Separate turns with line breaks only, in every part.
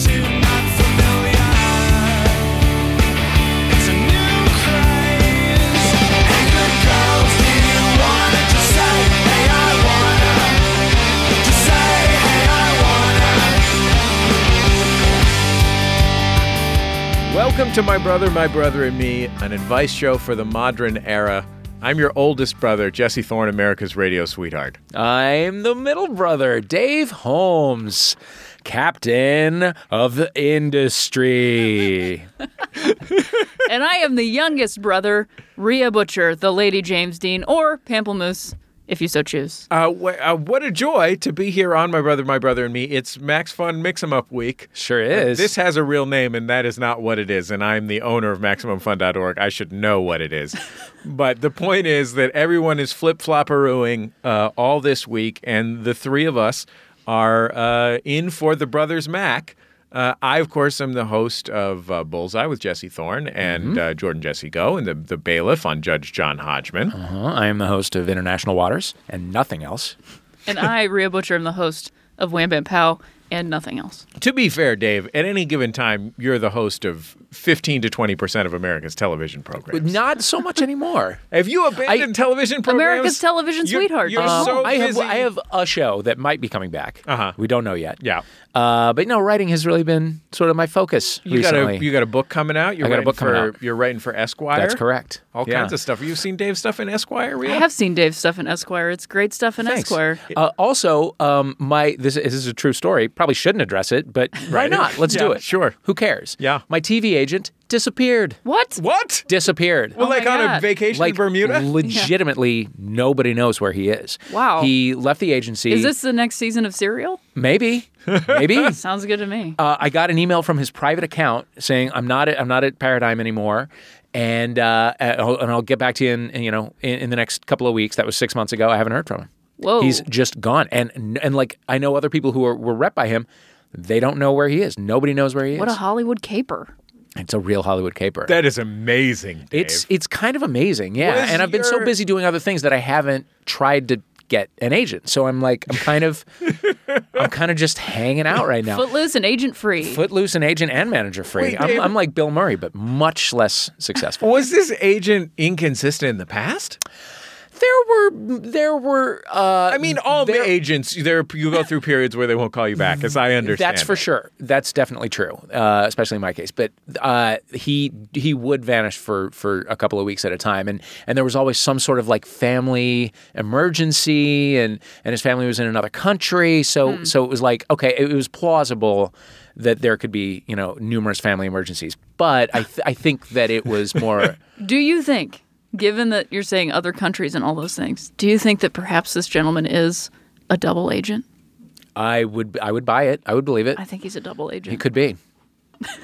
too not familiar. It's a new craze. Hey, good girls, do you wanna just say, hey, I wanna? Just say, hey, I wanna.
Welcome to My Brother, My Brother and Me, an advice show for the modern era. I'm your oldest brother, Jesse Thorne, America's radio sweetheart.
I'm the middle brother, Dave Holmes, captain of the industry.
And I am the youngest brother, Rhea Butcher, the Lady James Dean, or Pamplemousse, if you so choose.
Uh, wh- uh, what a joy to be here on My Brother, My Brother and Me. It's Max Fun Mix 'em Up Week.
Sure is.
This has a real name, and that is not what it is. And I'm the owner of MaximumFun.org. I should know what it is. but the point is that everyone is flip flopperooing uh, all this week, and the three of us are uh, in for the Brothers Mac. Uh, I, of course, am the host of uh, Bullseye with Jesse Thorne and
Mm-hmm.
uh, Jordan Jesse Go, and the, the bailiff on Judge John Hodgman.
Uh-huh. I am the host of International Waters and nothing else.
And I, Rhea Butcher, am the host of Wham Bam Pow and nothing else.
To be fair, Dave, at any given time, you're the host of 15 to 20% of America's television programs.
Not so much anymore.
Have you abandoned television programs?
America's television
You're-
sweetheart,
You're
Dave.
so
Um, I have
busy.
I have a show that might be coming back.
Uh-huh.
We don't know yet.
Yeah.
Uh, but no, writing has really been sort of my focus
You
recently.
got a you got a book coming out. You're
I got a
writing
book
for
coming out.
you're writing for Esquire.
That's correct.
All
Yeah.
kinds of stuff. Have you seen Dave's stuff in Esquire? Rhea?
I have seen Dave's stuff in Esquire. It's great stuff in
Thanks.
Esquire.
Uh, also, um, my this, this is a true story. Probably shouldn't address it, but why
Right.
not? Let's
Yeah,
do it.
sure.
Who cares?
Yeah.
My TV agent disappeared.
What?
What?
Disappeared.
Well,
Oh my
like on a
God.
vacation
like
in Bermuda.
legitimately, nobody knows where he is.
Wow.
He left the agency.
Is this the next season of Serial?
maybe? Maybe.
Sounds good to me.
uh, I got an email from his private account saying I'm not at, I'm not at Paradigm anymore, and uh, and I'll and I'll get back to you in you know in, in the next couple of weeks. That was six months ago. I haven't heard from him.
Whoa.
he's just gone. And and like I know other people who are, were rep by him, they don't know where he is. Nobody knows where he
what a
is.
Hollywood caper.
it's a real Hollywood caper.
that is amazing. Dave.
it's it's kind of amazing, yeah.
What is
And I've been so
your-
busy doing other things that I haven't tried to get an agent. So I'm like I'm kind of I'm kind of just hanging out right now.
Footloose and agent free.
Footloose and agent and manager free.
Wait, Dave-
I'm, I'm like Bill Murray, but much less successful.
was this agent inconsistent in the past?
there were there were. Uh,
I mean, all the agents there you go through periods where they won't call you back, as I understand.
That's for
it.
sure. That's definitely true, uh, especially in my case. But uh, he he would vanish for for a couple of weeks at a time, and and there was always some sort of like family emergency, and and his family was in another country, so so it was like okay, it was plausible that there could be you know numerous family emergencies, but I th- I think that it was more.
Do you think, given that you're saying other countries and all those things, do you think that perhaps this gentleman is a double agent?
I would I would buy it. I would believe it.
I think he's a double agent.
He could be.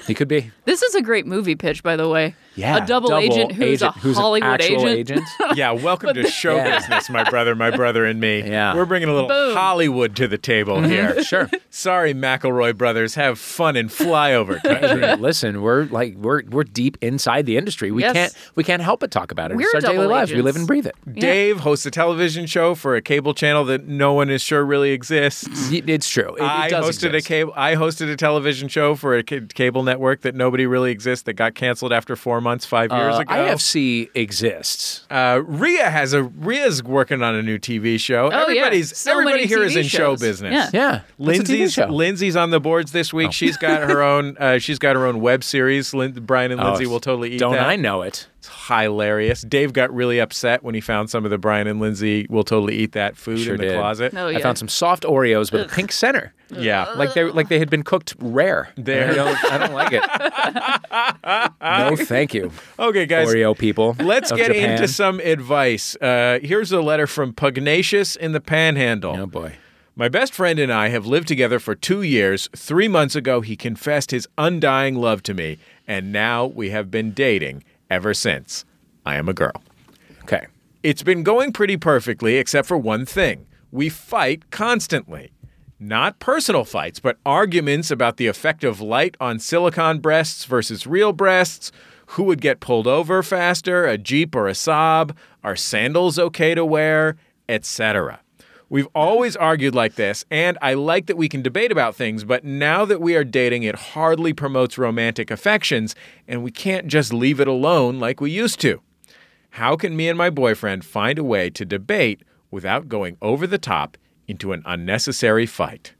He could be.
This is a great movie pitch, by the way.
Yeah.
a double, agent who's
agent-
a
an
Hollywood
actual
agent.
Yeah, welcome to show
Yeah.
business, my brother, my brother and me.
Yeah. Mm-hmm.
we're bringing a little
Boom.
Hollywood to the table here.
sure.
Sorry, McElroy brothers. Have fun in flyover country.
Listen, we're like we're we're deep inside the industry. We
Yes.
can't we can't help but talk about it.
We're
it's our daily
double
lives. We live
agents.
and breathe it.
Dave hosts a television show for a cable channel that no one is sure really exists.
Y- It's true. It, it
I
does
hosted a
exist.
cable. I hosted a television show for a ca- cable network that nobody really exists. That got canceled after four months, five years
Uh,
ago.
IFC exists.
uh, Rhea has a Rhea's working on a new TV show.
Oh,
yeah.
Everybody's
So
everybody
many
here is
TV
in show
shows.
business.
Yeah.
Yeah, It's a TV
Lindsay's
show. Oh.
Lindsay's on the boards this week. She's got her own. Uh, she's got her own web series. Lin- Brian and
Oh,
Lindsay will totally eat
Don't
that.
I know it?
It's hilarious. Dave got really upset when he found some of the Brian and Lindsay will totally eat that food
Sure
in the
did.
closet.
No,
I
Oh, yeah.
found some soft Oreos with a pink center.
Yeah, like
Like they like they had been cooked rare.
There.
I don't, I don't like it. no, thank you,
okay, guys.
Oreo people.
Let's
of
get
Japan.
into some advice. Uh, here's a letter from Pugnacious in the Panhandle.
Oh boy.
My best friend and I have lived together for two years. Three months ago, he confessed his undying love to me, and now we have been dating ever since. I am a girl.
Okay.
It's been going pretty perfectly, except for one thing. We fight constantly. Not personal fights, but arguments about the effect of light on silicone breasts versus real breasts, who would get pulled over faster, a Jeep or a Saab, are sandals okay to wear, etc. We've always argued like this, and I like that we can debate about things, but now that we are dating, it hardly promotes romantic affections, and we can't just leave it alone like we used to. How can me and my boyfriend find a way to debate without going over the top into an unnecessary fight?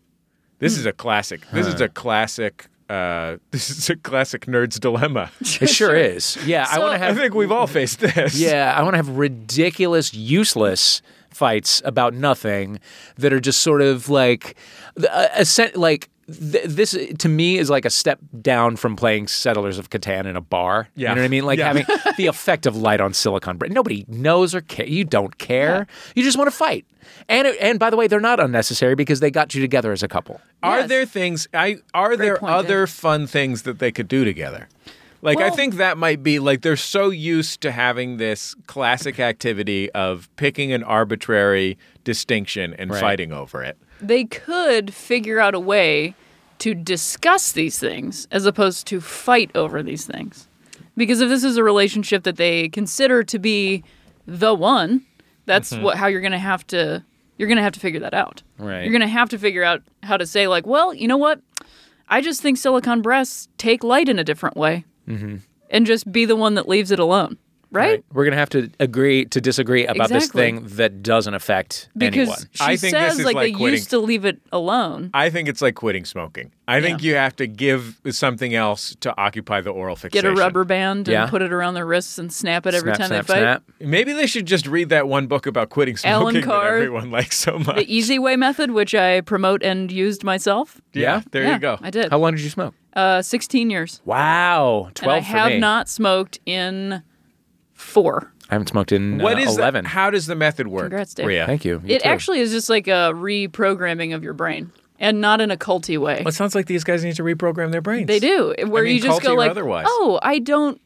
This is a classic. This is a classic. Uh, this is a classic nerd's dilemma.
It sure is. Yeah, I
So-
want to
I
have
think we've all faced this.
Yeah, I want to have ridiculous, useless fights about nothing that are just sort of like uh, a, a sen- like th- this to me is like a step down from playing Settlers of Catan in a bar.
Yeah.
You know what I mean? Like
Yeah.
having the effect of light on silicon bread. Nobody knows or care. You don't care. You just want to fight. And it, and by the way, they're not unnecessary because they got you together as a couple.
Are
Yes.
there things? I are there
point,
other
Dave.
fun things that they could do together? Like I
Well-
think that might be like they're so used to having this classic activity of picking an arbitrary distinction and fighting over it.
They could figure out a way to discuss these things as opposed to fight over these things. Because if this is a relationship that they consider to be the one, that's what how you're going to have to you're going to have to figure that out.
Mm-hmm. Right.
You're going to have to figure out how to say like, well, you know what? I just think silicon breasts take light in a different way. Mm-hmm. And just be the one that leaves it alone. Right?
We're gonna have to agree to disagree about this
Exactly.
thing that doesn't affect
Because
anyone.
she
I think this
says
is
like,
like
they
quitting-
used to leave it alone.
I think it's like quitting smoking. I think you have to give something else to occupy the oral
get
fixation.
a rubber band and
Yeah.
put it around their wrists and snap it every
Snap,
time
snap,
they fight.
snap.
Maybe they should just read that one book about quitting
Alan
smoking that
Carr.
everyone likes so much.
The easy way method, which I promote and used myself.
yeah,
Yeah?
there
Yeah,
you go.
I did.
How long did you smoke?
Uh, 16 years.
Wow,
And
twelve.
I
for
have
me.
not smoked in four.
I haven't smoked in
What
uh,
is the-
eleven.
how does the method work?
Congrats, Dave.
Rhea?
Thank you. You
it
too.
actually is just like a reprogramming of your brain and not in a culty way.
Well, it sounds like these guys need to reprogram their brains.
They do. Where
mean,
you just
culty
go
or
like,
otherwise.
"Oh, I don't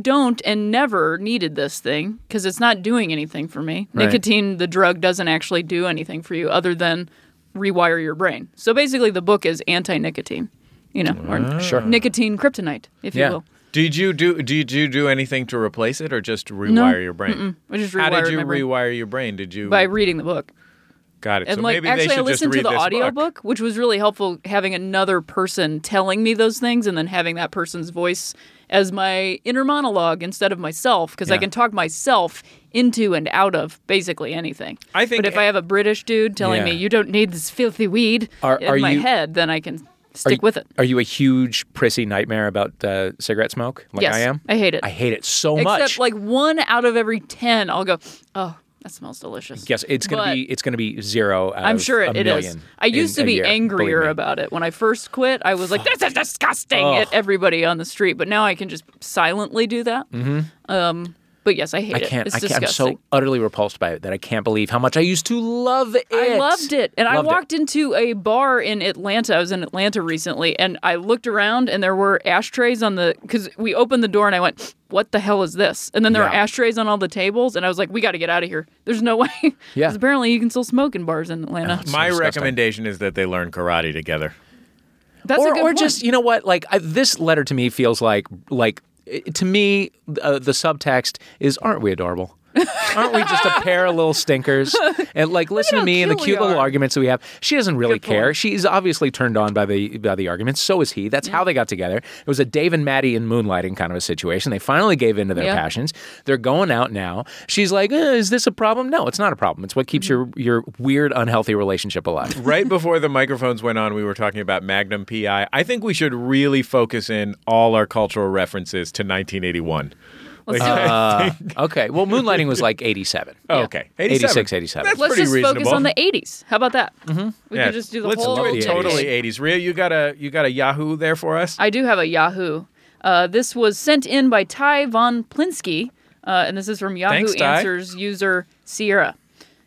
don't and never needed this thing because it's not doing anything for me.
Right.
Nicotine, the drug doesn't actually do anything for you other than rewire your brain." So basically the book is anti-nicotine, you know,
Ah.
or
Sure.
nicotine kryptonite, if
Yeah.
you will.
Did you do did you do anything to replace it or just rewire your brain?
I just
How did
rewired
you
my brain.
rewire your brain? Did you
by reading the book.
Got it.
And
so
like
maybe they
actually I
should just
listened to
read
the
this
audiobook,
book.
which was really helpful having another person telling me those things and then having that person's voice as my inner monologue instead of myself because I
Yeah.
can talk myself into and out of basically anything.
I think-
But if I have a British dude telling me
Yeah.
you don't need this filthy weed
Are-
in
are
my
you-
head, then I can
Are
stick
you-
with it.
Are you a huge prissy nightmare about uh, cigarette smoke? Like
yes,
I am.
I hate it.
I hate it so
Except
much.
like one out of every 10 I'll go, "Oh, that smells delicious."
yes, it's gonna
But-
be it's gonna be zero. Out
I'm
of
sure
a
it, it is.
million
I used
in
to
a
be
year,
angrier
believe me.
about it. When I first quit, I was like, this is disgusting at everybody on the street. But now I can just silently do that. Mm-hmm. Um, but yes, I hate
I
it.
can't.
It's
I can't. I'm
disgusting.
so utterly repulsed by it that I can't believe how much I used to love it.
I loved it. And
Loved
I walked into a bar in Atlanta. I was in Atlanta recently and I looked around and there were ashtrays on the cuz we opened the door and I went, "What the hell is this?" And then there were
Yeah.
ashtrays on all the tables and I was like, "We got to get out of here. There's no way."
Yeah.
'Cause apparently you can still smoke in bars in Atlanta.
it's-
My
disgusting.
recommendation is that they learn karate together.
That's
or
a good
or
point.
just you know what? Like I, this letter to me feels like like it- to me uh, the subtext is aren't we adorable? Aren't we just a pair of little stinkers? And like, listen to
how
me and the
cute
cute
we
little
are.
arguments that we have. She doesn't really
Good point.
care. She's obviously turned on by the by the arguments. So is he. That's how they got together. It was a Dave and Maddie in moonlighting kind of a situation. They finally gave in to their
Yeah.
passions. They're going out now. She's like, eh, "Is this a problem? No, it's not a problem. It's what keeps your
Mm-hmm.
your weird, unhealthy relationship alive."
right before the microphones went on, we were talking about Magnum PI. I think we should really focus in all our cultural references to 1981. Like,
okay. Well, moonlighting was like eighty-seven.
oh, okay, 87.
86, 87.
That's
Let's
pretty
just
reasonable.
focus on the 80s. How about that? Mm-hmm. We
Yeah.
could just do the
Let's
whole
do it
the
totally
80s.
80s. Rhea, you got a you got a Yahoo there for us?
I do have a Yahoo. Uh, this was sent in by Ty Von Plinsky, uh, and this is from Yahoo
Thanks, Ty.
Answers user Sierra.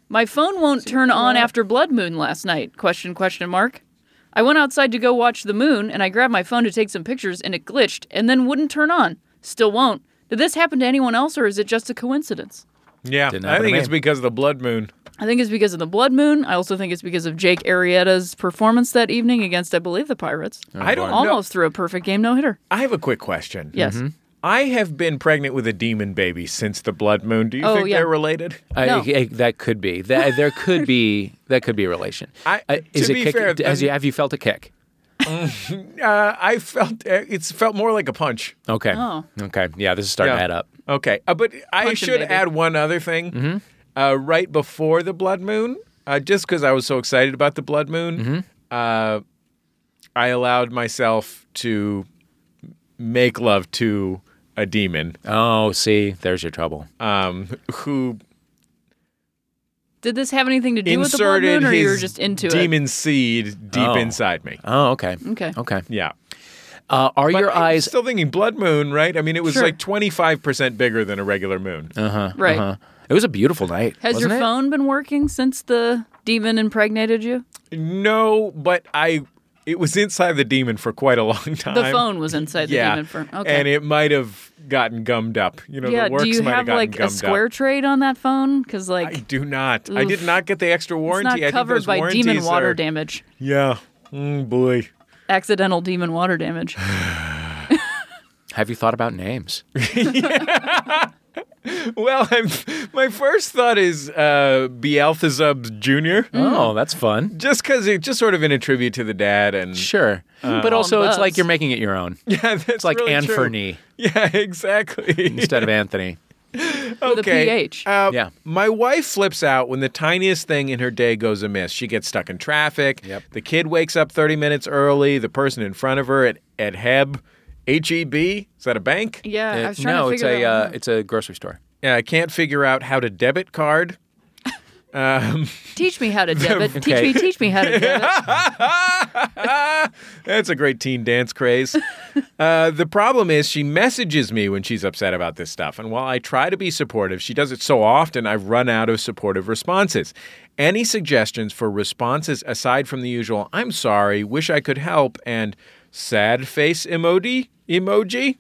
My phone won't turn on after blood moon last night. Question question mark. I went outside to go watch the moon and I grabbed my phone to take some pictures and it glitched and then wouldn't turn on. Still won't. Did this happen to anyone else or is it just a coincidence?
Yeah,
Didn't
I
happen to
think
me.
it's because of the blood moon.
I think it's because of the blood moon. I also think it's because of Jake Arrieta's performance that evening against I believe the Pirates.
Oh,
I don't know.
Almost threw a perfect game no hitter.
I have a quick question. Mm-hmm.
Yes.
Mm-hmm.
I have been pregnant with a demon baby since the blood moon. Do you
Oh,
think
yeah.
they're related?
I,
No.
I- that could be. That, there could be. That could be a relation.
I-
Uh, is
to
it
be
kick,
fair,
has
then-
you, have you felt a kick?
Uh, I felt uh, it's felt more like a punch.
Okay.
Oh.
Okay. Yeah, this is starting to add up.
Okay, uh, but I
Punch 'em,
should
baby.
add one other thing.
Mm-hmm.
Uh, right before the blood moon, uh, just because I was so excited about the blood moon,
Mm-hmm.
uh, I allowed myself to make love to a demon
Oh, see, there's your trouble.
um, who
Did this have anything to do with the blood
inserted
moon or you
his
were just into it?
demon seed deep
Oh.
inside me.
Oh, okay.
Okay.
Okay.
Yeah.
Uh, are your
I'm
eyes?
still thinking blood moon, right? I mean, it was
Sure.
like 25% bigger than a regular moon.
Uh.
Right.
Huh. It was a beautiful night.
Has your
Uh-huh. wasn't it?
phone been working since the demon impregnated you?
No, but I it was inside the demon for quite a long time.
The phone was inside the
yeah.
demon firm. Okay.
And it might have gotten gummed up. You know,
yeah.
the works
Do you
might
have
gotten
like a
gummed
square
up.
trade on that phone? Because like
I do not. I did
Oof.
not get the extra
it's
warranty.
not
I think
covered
those
by demon
warranties
water
are-
damage.
Yeah. Mm, boy.
Accidental demon water damage.
Have you thought about names?
Well, I'm, my first thought is uh, Beelzebub Jr.
Mm.
oh, that's fun.
Just because it just sort of in a tribute to the dad and
Sure. but also, it's like
Bubs.
you're making it your own.
Uh, yeah, that's
It's like
really true.
Anthony
Yeah, exactly.
instead of Anthony.
With a
okay.
PH.
Uh,
Yeah.
My wife flips out when the tiniest thing in her day goes amiss. She gets stuck in traffic.
Yep.
The kid wakes up 30 minutes early. The person in front of her at, at Heb, H E B, is that a bank?
Yeah. I
Uh,
was trying
no,
to
it's
figure
a
out.
uh, it's a grocery store.
Yeah, I can't figure out how to debit card.
teach me how to debit. Teach me. Teach me how to debit.
That's a great teen dance craze. uh, the problem is, she messages me when she's upset about this stuff. And while I try to be supportive, she does it so often I've run out of supportive responses. Any suggestions for responses aside from the usual, I'm sorry, wish I could help, and sad face emoji? Emoji?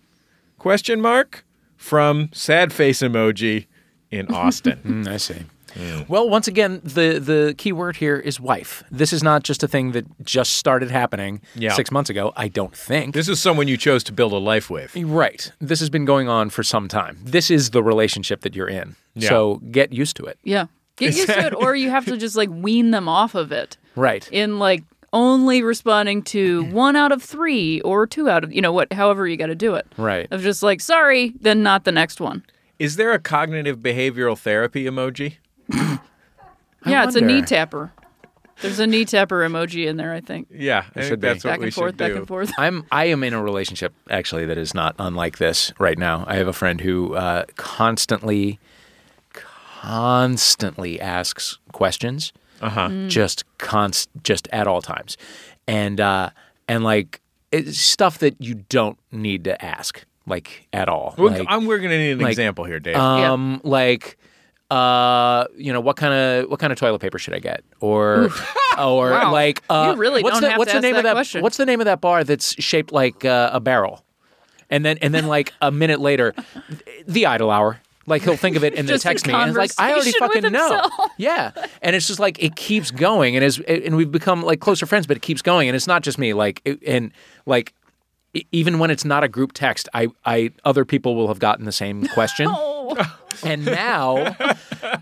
Question mark? From sad face emoji in Austin.
Mm, I see.
Mm.
Well, once again, the the key word here is wife. This is not just a thing that just started happening
Yeah.
six months ago. I don't think.
this is someone you chose to build a life with.
right. This has been going on for some time. This is the relationship that you're in.
Yeah.
So get used to it.
Yeah. Get used to it, or you have to just like wean them off of it.
Right.
in like only responding to one out of three or two out of you know what however you got to do it
Right.
of just like sorry then not the next one
Is there a cognitive behavioral therapy emoji?
yeah it's a
wonder.
knee tapper there's a knee tapper emoji in there i think
Yeah, I
should
think
be.
that's
back
what we
and forth
should
back
do.
and forth
I'm I am in a relationship actually that is not unlike this right now. I have a friend who uh, constantly, constantly asks questions. Uh huh. Just const, just at all times, and uh, and like it's stuff that you don't need to ask like at all.
We're,
Like,
I'm, we're going to need an
like,
example here, Dave.
Yeah.
um like uh you know what kind of what kind of toilet paper should i get or or
Wow.
like
You
uh
really
what's
don't
the
have
what's the
to ask
name
that
of that
question.
what's the name of that bar that's shaped like uh, a barrel and then and then like a minute later the idle hour like he'll think of it and then
Just in
text me and it's like i already
conversation
fucking
with
know
himself.
yeah and it's just like it keeps going and as and we've become like closer friends but it keeps going and it's not just me like it- and like e- even when it's not a group text i i other people will have gotten the same question
oh
and now,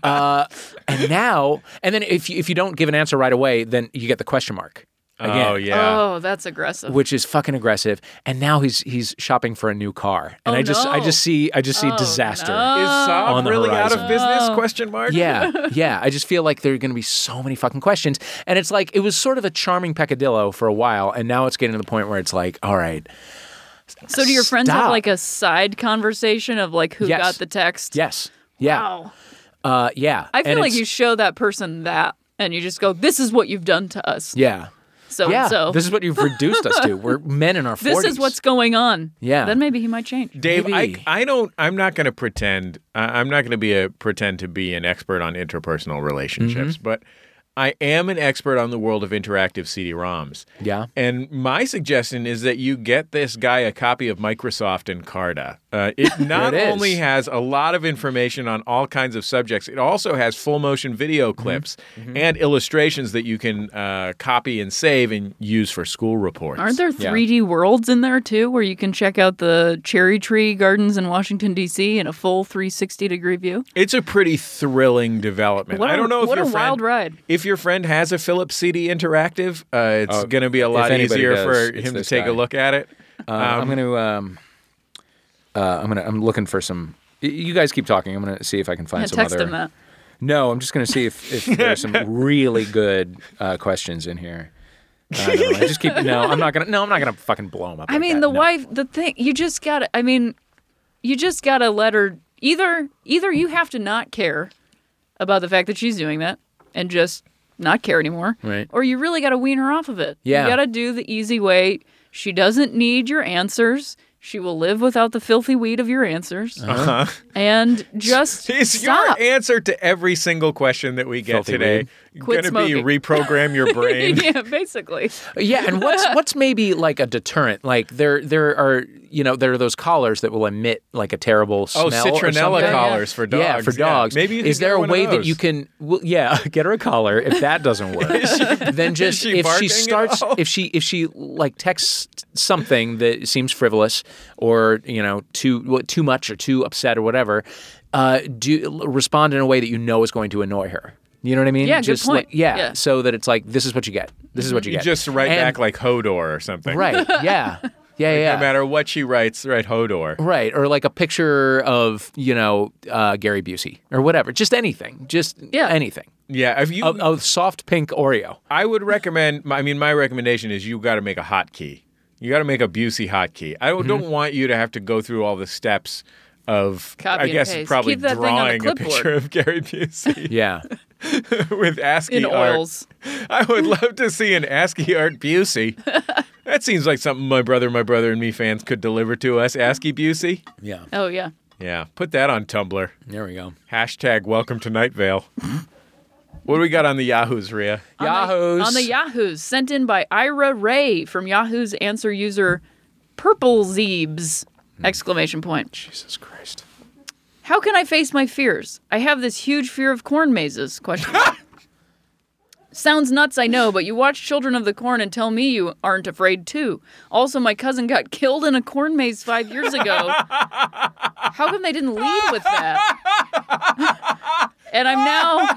uh, and now, and then if you, if you don't give an answer right away, then you get the question mark again,
oh yeah.
oh that's aggressive
which is fucking aggressive. And now he's he's shopping for a new car, and
Oh,
I just I
no. Oh,
just see I just see disaster.
no.
Is
Oh, On
Saab
the
really out of
horizon.
business? Question mark.
Yeah, yeah. I just feel like there are going to be so many fucking questions, and it's like it was sort of a charming peccadillo for a while, and now it's getting to the point where it's like, all right,
so do your friends have
stop.
like a side conversation of like who
Yes.
got the text
yes, yeah,
wow
uh, yeah.
i feel
And
like
it's-
you show that person that and you just go this is what you've done to us
yeah.
so
yeah,
and so.
this is what you've reduced us to. We're men in our
This
forties.
is what's going on.
Yeah.
Then maybe he might change.
Dave,
Maybe.
I, I don't. I'm not going to pretend. I, I'm not going to be a pretend to be an expert on interpersonal relationships,
Mm-hmm.
but I am an expert on the world of interactive CD-ROMs.
Yeah.
And my suggestion is that you get this guy a copy of Microsoft Encarta. Uh, it not
it is.
only has a lot of information on all kinds of subjects, it also has full motion video
Mm-hmm.
clips and illustrations that you can uh, copy and save and use for school reports.
Aren't there 3D worlds in there too, where you can check out the cherry tree gardens in Washington D.C. in a full 360 degree view?
It's a pretty thrilling development.
What a-
I don't know if
what
your
a
friend,
wild ride.
If your friend has a Philips CD Interactive, uh, it's going to be a lot
Oh, anybody
easier
does,
for
it's
him to
this
take
guy.
a look at it.
Uh, I'm gonna. Um, uh, I'm gonna. I'm looking for some. y- You guys keep talking. I'm gonna see if I can find
Yeah,
some
text
other.
him that.
No, I'm just gonna see if, if there's some really good uh, questions in here. Uh, never mind. just keep. No, I'm not gonna. No, I'm not gonna fucking blow them up.
I
like
mean,
that.
the
No.
wife, the thing, you just gotta, I mean, you just gotta let her, either, either you have to not care about the fact that she's doing that and just not care anymore.
Right.
Or you really gotta wean her off of it.
Yeah.
You gotta do the easy way. She doesn't need your answers. She will live without the filthy weed of your answers. Uh-huh. And just
Is
stop.
your answer to every single question that we get
Filthy
today going
Quit
to be
smoking.
reprogram your brain?
yeah, basically.
Yeah, and what's what's maybe like a deterrent? Like there there are you know there are those collars that will emit like a terrible
Oh,
smell. or
citronella
something.
collars for dogs.
Yeah, for dogs.
Maybe you
is
could get
there a
one of
way that
those.
you can? Well, yeah, get her a collar. If that doesn't work, then just
she
if
barking
she
at
starts
all?
if she if she like texts something that seems frivolous or you know too well, too much or too upset or whatever, uh, do respond in a way that you know is going to annoy her. You know what I mean?
Yeah, good
just
point.
Like, yeah,
Yeah.
so that it's like this is what you get. This is what you
You
get.
just write
And-
back like Hodor or something?
Right. Yeah. Yeah. yeah.
No matter what she writes, write Hodor.
Right. Or like a picture of, you know, uh, Gary Busey or whatever. Just anything. Just
Yeah.
anything.
Yeah, if you,
A, a soft pink Oreo.
I would recommend. I mean, my recommendation is you got to make a hotkey. You got to make a Busey hotkey. I don't-
Mm-hmm.
don't want you to have to go through all the steps of.
Copy
I
and
guess
paste.
probably
Keep that thing on the
drawing a
clipboard.
picture of Gary Busey
Yeah.
with ASCII
In
art.
oils.
I would love to see an ASCII art Busey. that seems like something my brother, my brother and me fans could deliver to us. ASCII Busey.
Yeah.
Oh, yeah.
Yeah, put that on Tumblr.
There we go.
Hashtag Welcome to Night Vale.
Mm-hmm.
what do we got on the Yahoos, Ria?
On
Yahoo's.
the, on the Yahoos, sent in by Ira Ray from Yahoo's answer user Purple Zebes! Exclamation point.
Jesus Christ.
How can I face my fears? I have this huge fear of corn mazes. Question. mark. Sounds nuts, I know, but you watch Children of the Corn and tell me you aren't afraid too. Also, my cousin got killed in a corn maze five years ago. How come they didn't lead with that? and I'm now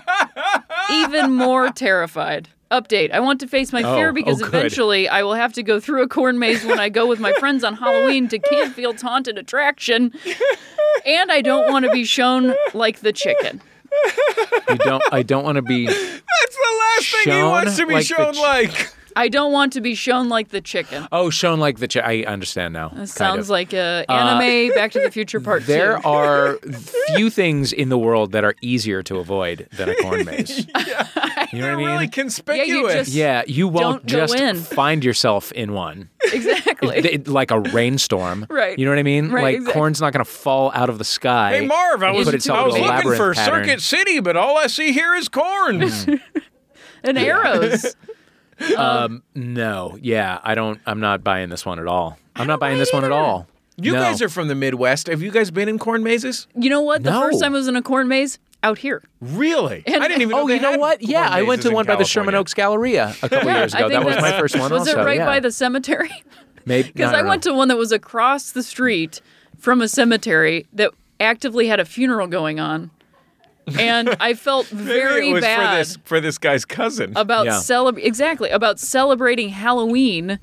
even more terrified. Update. I want to face my fear
Oh,
because
oh, good.
eventually I will have to go through a corn maze when I go with my friends on Halloween to Canfield's Haunted Attraction. And I don't want to be shown like the chicken.
You don't, I don't want to be.
That's the last thing he
Shown
wants to be
like the
shown
ch-
like.
I don't want to be shown like the chicken.
Oh, shown like the. Ch- I understand now.
That sounds like a anime Back to the Future Part
Uh, There
Two.
are few things in the world that are easier to avoid than a corn maze. You know what I mean?
really conspicuous.
just-
yeah, you won't
Don't go
just
in.
find yourself in one.
exactly.
Th- it- like a rainstorm.
Right.
You know what I mean?
Right,
like
exactly.
corn's not going to fall out of the sky.
Hey Marv, I
and
was,
put
I
itself in
was
a
looking
labyrinth
for
pattern. Hmm.
Circuit City, but all I see here is corn.
and arrows.
No, yeah, I don't. I'm not buying this one at all. I'm not buying this one at all.
you
No.
guys are from the Midwest. Have you guys been in corn mazes?
You know what? The
No.
first time I was in a corn maze out here.
Really? I didn't even. know
Oh, you
they
know
had
what? Yeah,
corn
I went
mazes
to
in
one by the Sherman
California.
Oaks Galleria a couple years
I
ago. That
think
was my
that's-
first one.
Was
also.
it right
yeah.
by the cemetery?
Maybe
Because I went to one that was across the street from a cemetery that actively had a funeral going on, and I felt
Maybe
very
it was
bad.
for this for this guy's cousin.
about
Yeah.
celeb exactly about celebrating Halloween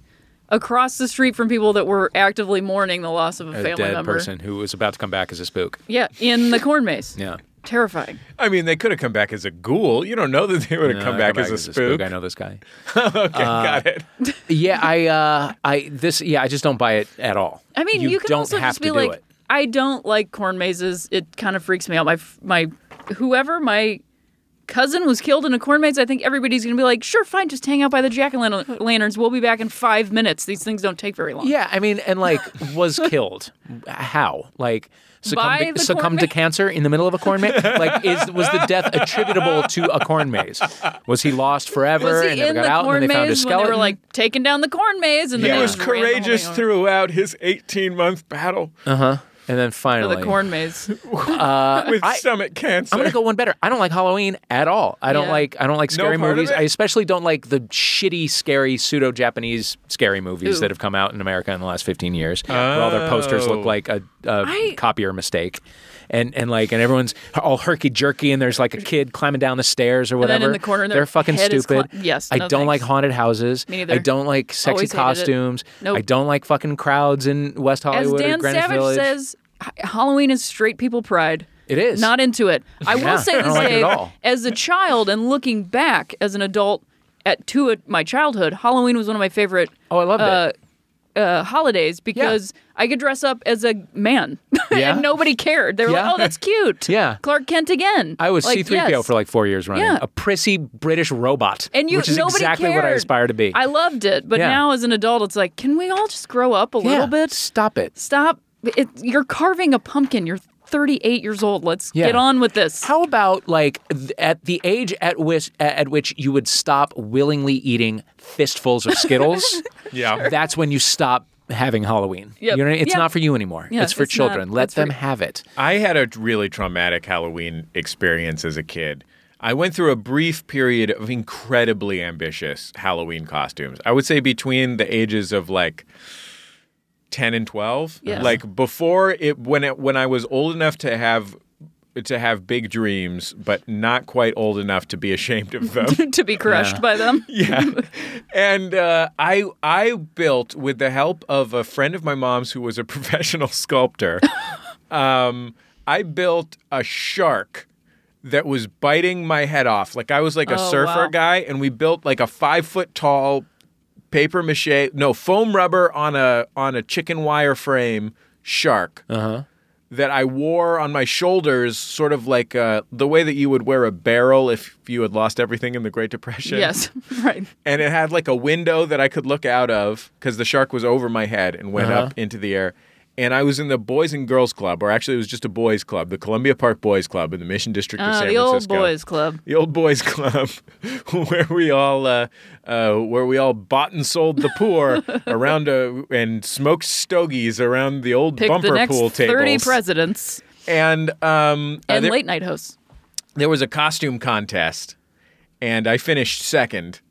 across the street from people that were actively mourning the loss of a,
a
family
dead
member.
person who was about to come back as a spook.
Yeah, in the corn maze.
Yeah.
Terrifying.
I mean, they could have come back as a ghoul. You don't know that they would have
No,
come
I
back, as, a spook.
I know this guy.
okay,
Uh,
got it.
Yeah, I, uh, I, this, yeah, I just don't buy it at all.
I mean, you,
you
can
don't
also
have
just
to
be
do
like,
it.
I don't like corn mazes. It kind of freaks me out. My f- my whoever my cousin was killed in a corn maze, I think everybody's going to be like, sure, fine, just hang out by the jack o' lan- lanterns. We'll be back in five minutes. These things don't take very long.
Yeah, I mean, and like was killed. How? Like
By
succumbed
the
to, succumbed to
corn ma-
cancer in the middle of a corn maze? like is was the death attributable to a corn maze? Was he lost forever
Was
and
he
never
in
got
the
out and
corn
then they found his
maze when
skeleton?
they were like taking down the corn maze? And
He
then they
was
just ran the whole
courageous
thing over?
throughout his 18 month battle
and then
For
finally
the corn maze.
with
Uh, I-
stomach cancer.
I'm gonna go one better. I don't like Halloween at all. I don't
Yeah.
like I don't like
No
scary
part of
movies.
it?
I especially don't like the shitty, scary pseudo Japanese scary movies
Ooh.
that have come out in America in the last 15 years, where all their posters
Oh.
look like a, a
I-
copier mistake, and and like and everyone's all herky jerky, and there's like a kid climbing down the stairs or
then in
whatever.
the corner, their
they're fucking
head is
stupid.
cli- yes,
I
no
don't like
thanks.
haunted houses.
Me neither.
I don't like sexy
Always hated it.
costumes.
Nope.
I don't like fucking crowds in West
As
Hollywood or
Dan
Greenwich
Savage
Village.
says, "H- Halloween is straight people pride.
It is.
Not into it. I
Yeah,
will say
I don't
this,
like it at
Dave,
all.
as a child and looking back as an adult at to it, my childhood, Halloween was one of my favorite
oh, I loved
uh,
it.
uh, holidays because I could dress up as a man
Yeah.
and nobody cared. They were
Yeah.
like, "Oh, that's cute."
Yeah.
Clark Kent again.
I was
Like,
C3PO
yes.
for like four years running.
Yeah.
A prissy British robot.
and you
which is
nobody
exactly what I
cared.
aspire to be.
I loved it, but
Yeah.
now as an adult, it's like, can we all just grow up a
Yeah.
little bit?
Stop it.
Stop! It, you're carving a pumpkin. You're 38 years old. Let's
Yeah.
get on with this.
How about like th- at the age at which at which you would stop willingly eating fistfuls of Skittles?
Yeah. Sure.
that's when you stop having Halloween.
Yep.
You know, it's
Yeah.
not for you anymore.
Yeah,
it's for
it's not-
children. Let
that's for-
them have it.
I had a really traumatic Halloween experience as a kid. I went through a brief period of incredibly ambitious Halloween costumes. I would say between the ages of like 10 and 12.
Yes.
Like before it when it when I was old enough to have to have big dreams but not quite old enough to be ashamed of them.
to be crushed by them.
yeah. And uh, I I built with the help of a friend of my mom's who was a professional sculptor. um, I built a shark that was biting my head off. Like I was like a
Oh,
surfer
wow.
guy, and we built like a five foot tall paper mache, no foam rubber on a on a chicken wire frame shark.
Uh-huh.
That I wore on my shoulders, sort of like uh, the way that you would wear a barrel if you had lost everything in the Great Depression
Yes, right.
and it had like a window that I could look out of because the shark was over my head and went up into the air. And I was in the Boys and Girls Club, or actually, it was just a boys' club, the Columbia Park Boys Club in the Mission District of
Uh,
San
the old
Francisco.
boys club.
The old boys club, where we all uh, uh, where we all bought and sold the poor around a, and smoked stogies around the old
Pick
bumper
the next
pool tables. Uh,
thirty presidents
and um, uh,
and
there-
late night hosts.
there was a costume contest, and I finished second.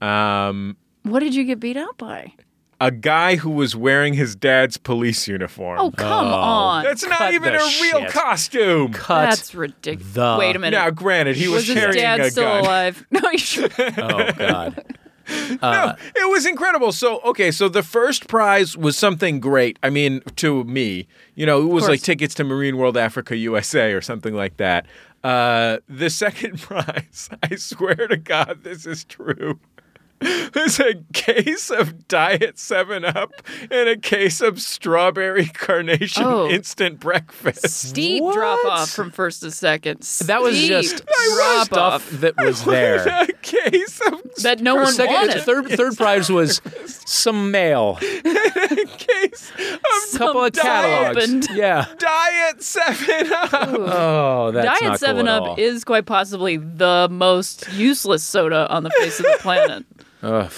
Um,
What did you get beat up by?
a guy who was wearing his dad's police uniform.
Oh come on!
That's not
cut
even
the
a real
shit.
costume.
Cut.
That's ridiculous.
the-
Wait a minute.
Now, granted, he was,
was his
carrying
dad
a
still
gun.
alive? No, you should.
oh God.
It was incredible. So, okay, so the first prize was something great. I mean, to me, you know, it was
course.
like tickets to Marine World Africa USA or something like that. Uh, the second prize, I swear to God, this is true. was a case of Diet 7 Up and a case of strawberry carnation
Oh.
instant breakfast.
steep
What?
drop off from first to second.
That was
Steep
just
drop
stuff
off
that was there.
a case of
that no one
Second,
wanted.
third, third prize was some mail,
case of
couple of
Some
catalogs.
opened.
Yeah.
diet seven up.
Oh, that's
Diet
not cool
7
at
Up
all.
is quite possibly the most useless soda on the face of the planet.
Ugh.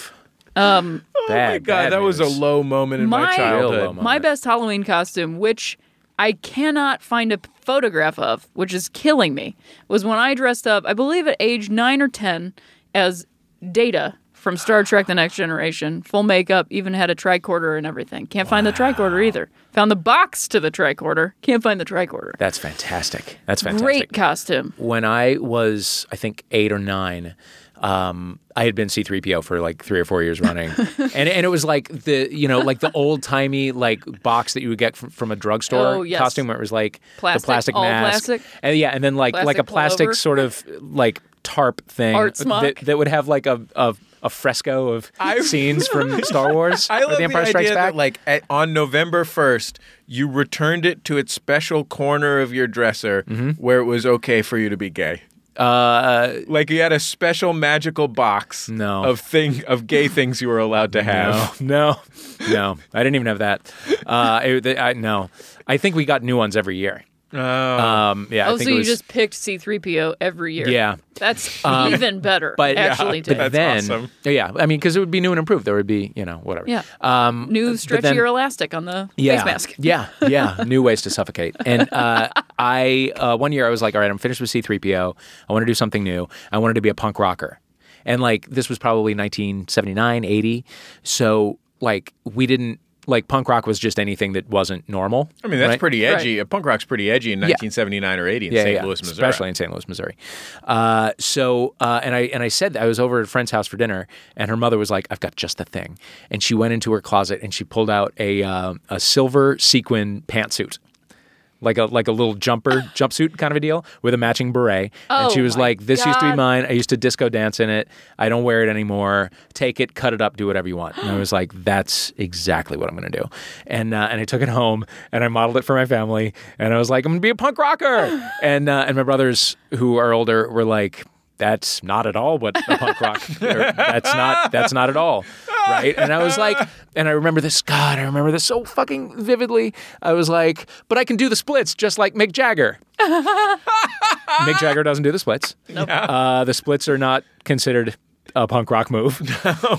Um,
Oh my
Bad,
god,
bad
that was a
news.
low moment in my,
My-
childhood.
Real low moment.
My best Halloween costume, which I cannot find a photograph of, which is killing me, was when I dressed up, I believe at age nine or 10, as Data from Star Trek The Next Generation. Full makeup, even had a tricorder and everything. Can't find the tricorder either. Found the box to the tricorder. Can't find the tricorder.
That's fantastic. That's fantastic.
Great costume.
When I was, I think, eight or nine, um, I had been C3PO for like three or four years running. and, and it was like the, you know, like the old timey like box that you would get from, from a drugstore
Oh, yes.
costume where it was like
Plastic,
the plastic
all
mask.
plastic.
And yeah, and then like, like a plastic
Plastic pullover.
sort of like tarp thing
Art smock.
that, that would have like a, a, a fresco of scenes from Star Wars
I
or
love
The
the,
Empire Strikes
idea
Back.
that, like, at, on November first, you
Mm-hmm.
returned it to its special corner of your dresser, where it was okay for you to be gay.
Uh,
Like you had a special magical box
No.
of thing of gay things you were allowed to
no,
have.
no, no. I didn't even have that. Uh, it, I, no, I think we got new ones every year. Um, yeah, I
oh,
think
so
it
you
was,
just picked C3PO every year.
yeah.
That's even better.
Um, but-
actually,
But
Dave.
then,
awesome.
yeah, I mean, because it would be new and improved. There would be, you know, whatever.
Yeah.
Um,
new
but
stretchier
then-
elastic on the
yeah,
face mask.
yeah, yeah. New ways to suffocate. And uh, I, uh, one year I was like, all right, I'm finished with C3PO. I want to do something new. I wanted to be a punk rocker. And like, this was probably 1979, 80. So like, we didn't, like, punk rock was just anything that wasn't normal.
I mean, that's
right?
pretty edgy. Uh, Punk rock's pretty edgy in 1979 or 80 in St. Louis, Missouri.
especially in St. Louis, Missouri. Uh, so, uh, and I and I said that I was over at a friend's house for dinner, and her mother was like, "I've got just the thing," and she went into her closet and she pulled out a um a silver sequin pantsuit. Like a like a little jumper jumpsuit kind of a deal with a matching beret, and she
Oh
was
my
like, "This used to be
God.
mine. I used to disco dance in it. I don't wear it anymore. Take it, cut it up, do whatever you want." And I was like, "That's exactly what I'm going to do." And uh, and I took it home and I modeled it for my family. And I was like, "I'm going to be a punk rocker." and uh, and my brothers who are older were like, "That's not at all what a punk rock. or, that's not that's not at all." Right. And I was like, and I remember this. God, I remember this so fucking vividly. I was like, but I can do the splits just like Mick Jagger. Mick Jagger doesn't do the splits. Uh, the splits are not considered a punk rock move.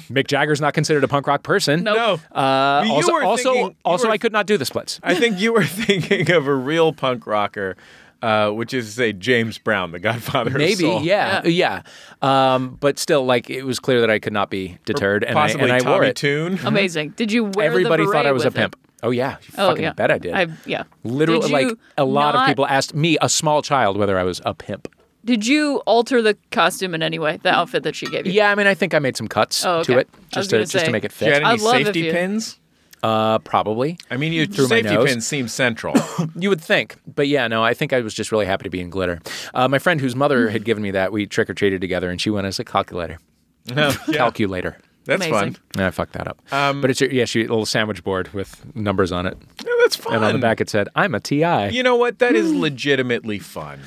Mick Jagger's not considered a punk rock person.
Nope.
No.
Uh,
You
also,
were
also,
thinking- you
also,
were-
I could not do the splits.
I think you were thinking of a real punk rocker, uh, which is say James Brown, the Godfather. of
Maybe,
soul.
yeah, yeah. Um, but still, like, it was clear that I could not be deterred, and I,
possibly
and I
Tommy
wore it.
Tune.
Amazing. Did you wear
Everybody
the
thought I
beret
was a
with it?
pimp. Oh yeah, you
Oh
fucking
yeah,
bet I did.
I, yeah,
Literally,
Did
like
you
a lot
not-
of people asked me, a small child, whether I was a pimp.
Did you alter the costume in any way? The outfit that she gave you?
Yeah, I mean, I think I made some cuts
Oh, okay.
to it
I was
just
gonna
to just
say-
to make it
Do you had
fit.
I'd
any
love if
safety
you-
pins?
Uh, probably.
I mean, your
Through my
safety
nose.
pins seem central.
You would think, but yeah, no, I think I was just really happy to be in glitter. Uh, my friend whose mother had given me that, we trick or treated together, and she went as a calculator.
Yeah, Um,
Calculator.
that's
Amazing.
fun.
And I fucked that up. but it's your, yeah, she a little sandwich board with numbers on it,
Yeah, that's fun.
and on the back it said, "I'm a TI."
you know what? That is legitimately fun.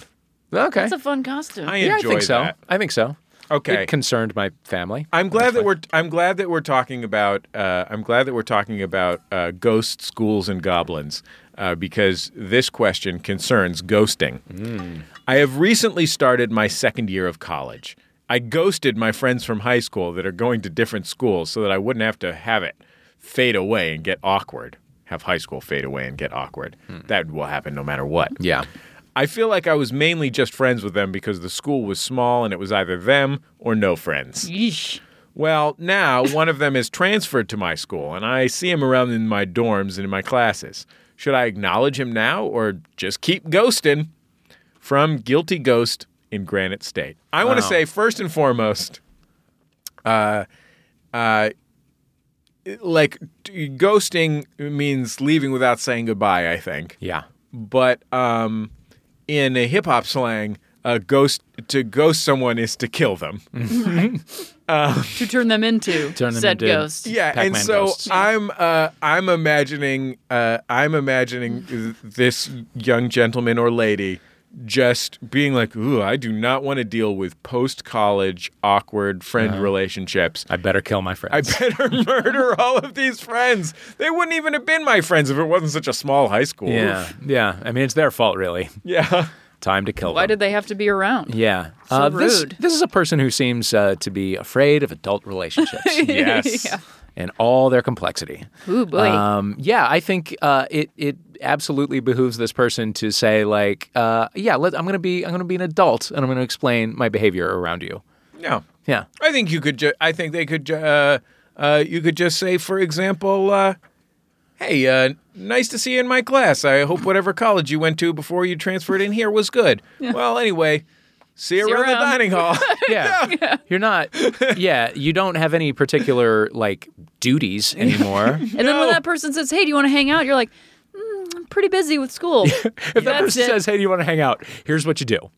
okay.
That's a fun costume.
I
yeah, I
enjoy
think so.
that.
I think so.
Okay.
It concerned my family.
I'm glad that we're I'm glad that we're talking about uh, I'm glad that we're talking about uh, ghosts, ghouls, and goblins uh, because this question concerns ghosting. I have recently started my second year of college. I ghosted my friends from high school that are going to different schools so that I wouldn't have to have it fade away and get awkward. Have high school fade away and get awkward. That will happen no matter what.
Yeah.
I feel like I was mainly just friends with them because the school was small and it was either them or no friends.
Yeesh.
Well, now one of them is transferred to my school, and I see him around in my dorms and in my classes. Should I acknowledge him now or just keep ghosting? From Guilty Ghost in Granite State. I want to say, first and foremost, uh, uh, like t- ghosting means leaving without saying goodbye, I think
Yeah.
but um, in a hip hop slang, a ghost to ghost someone is to kill them.
To turn them into
Turn them
said
into-
ghost.
Yeah, and
Pac-Man
so
ghosts.
I'm uh, I'm imagining uh, I'm imagining this young gentleman or lady just being like, "Ooh, I do not want to deal with post college awkward friend relationships."
I better kill my
I
friends.
better murder all of these friends. They wouldn't even have been my friends if it wasn't such a small high school.
yeah. Yeah. I mean, it's their fault, really.
Yeah.
Time to kill
Why
them.
did they have to be around?
Yeah. So This,
rude.
this is a person who seems uh, to be afraid of adult relationships
Yes.
Yeah.
and all their complexity.
Ooh boy.
Um, yeah, I think uh, it it absolutely behooves this person to say like, uh, yeah, let, I'm gonna be I'm gonna be an adult and I'm gonna explain my behavior around you.
No.
Yeah.
I think you could. Ju- I think they could. Ju- uh, uh, you could just say, for example, uh, "Hey, uh, nice to see you in my class. I hope whatever college you went to before you transferred in here was good. Well, anyway, see you
See you
around, the
around.
dining hall.
yeah. You're not. Yeah. You don't have any particular like duties anymore.
and then when that person says, "Hey, do you want to hang out?" You're like, mm, "I'm pretty busy with school."
If that
That's
person
it.
says, "Hey, do you want to hang out?" Here's what you do.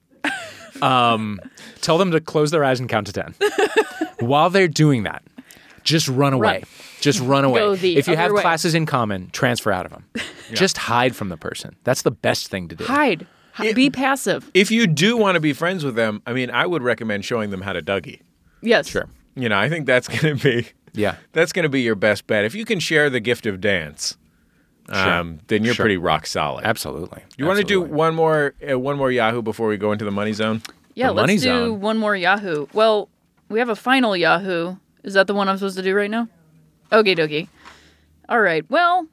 Um, tell them to close their eyes and count to ten. While they're doing that, just run away.
Run.
Just run away.
Go the
if you
other
have
way.
classes in common, transfer out of them. Just hide from the person. That's the best thing to do.
Hide. Be passive.
If you do want to be friends with them, I mean, I would recommend showing them how to Dougie.
Yes.
Sure.
You know, I think that's going to be
Yeah.
that's going to be your best bet. If you can share the gift of dance, um, then you're
Sure.
pretty rock solid.
Absolutely.
You want to do
Absolutely.
one more uh, one more Yahoo before we go into the money zone?
Yeah,
The
let's
money
do
zone.
one more Yahoo. Well, we have a final Yahoo. Is that the one I'm supposed to do right now? Okay, dokie. All right. Well,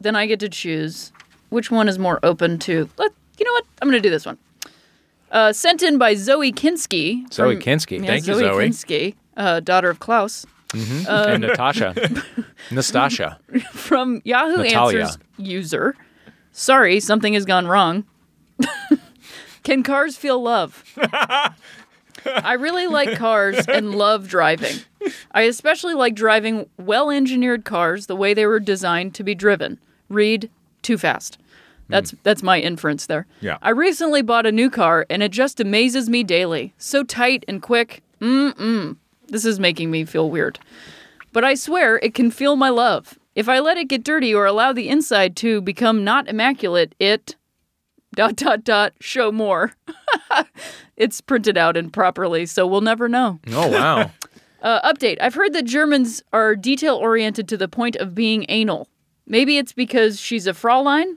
then I get to choose which one is more open to. Let you know what I'm going to do this one. Uh, sent in by Zoe Kinsky.
Zoe
from-
Kinsky.
Yeah,
Thank you,
Zoe,
Zoe.
Kinsky, uh, daughter of Klaus, Uh,
and Natasha. Nastasha.
from Yahoo
Natalia.
Answers user. Sorry, something has gone wrong. Can cars feel love? I really like cars and love driving. I especially like driving well engineered cars the way they were designed to be driven. Read too fast. That's that's my inference there.
Yeah.
I recently bought a new car and it just amazes me daily. So tight and quick. Mm mm. This is making me feel weird. But I swear it can feel my love. If I let it get dirty or allow the inside to become not immaculate, it dot dot dot show more. it's printed out improperly, so we'll never know.
Oh, wow.
Uh, update I've heard that Germans are detail oriented to the point of being anal. Maybe it's because she's a Fraulein,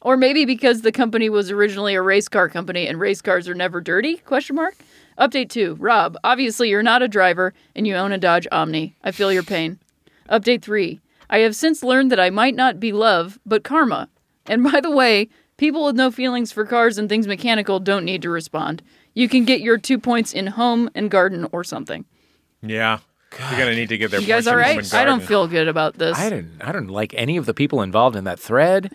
or maybe because the company was originally a race car company and race cars are never dirty? Question mark. Update two Rob, obviously you're not a driver and you own a Dodge Omni. I feel your pain. Update three I have since learned that I might not be love, but karma. And by the way, people with no feelings for cars and things mechanical don't need to respond. You can get your two points in home and garden or something.
Yeah. You're going to need to get their
You guys all right? I don't feel good about this.
I don't. I don't like any of the people involved in that thread.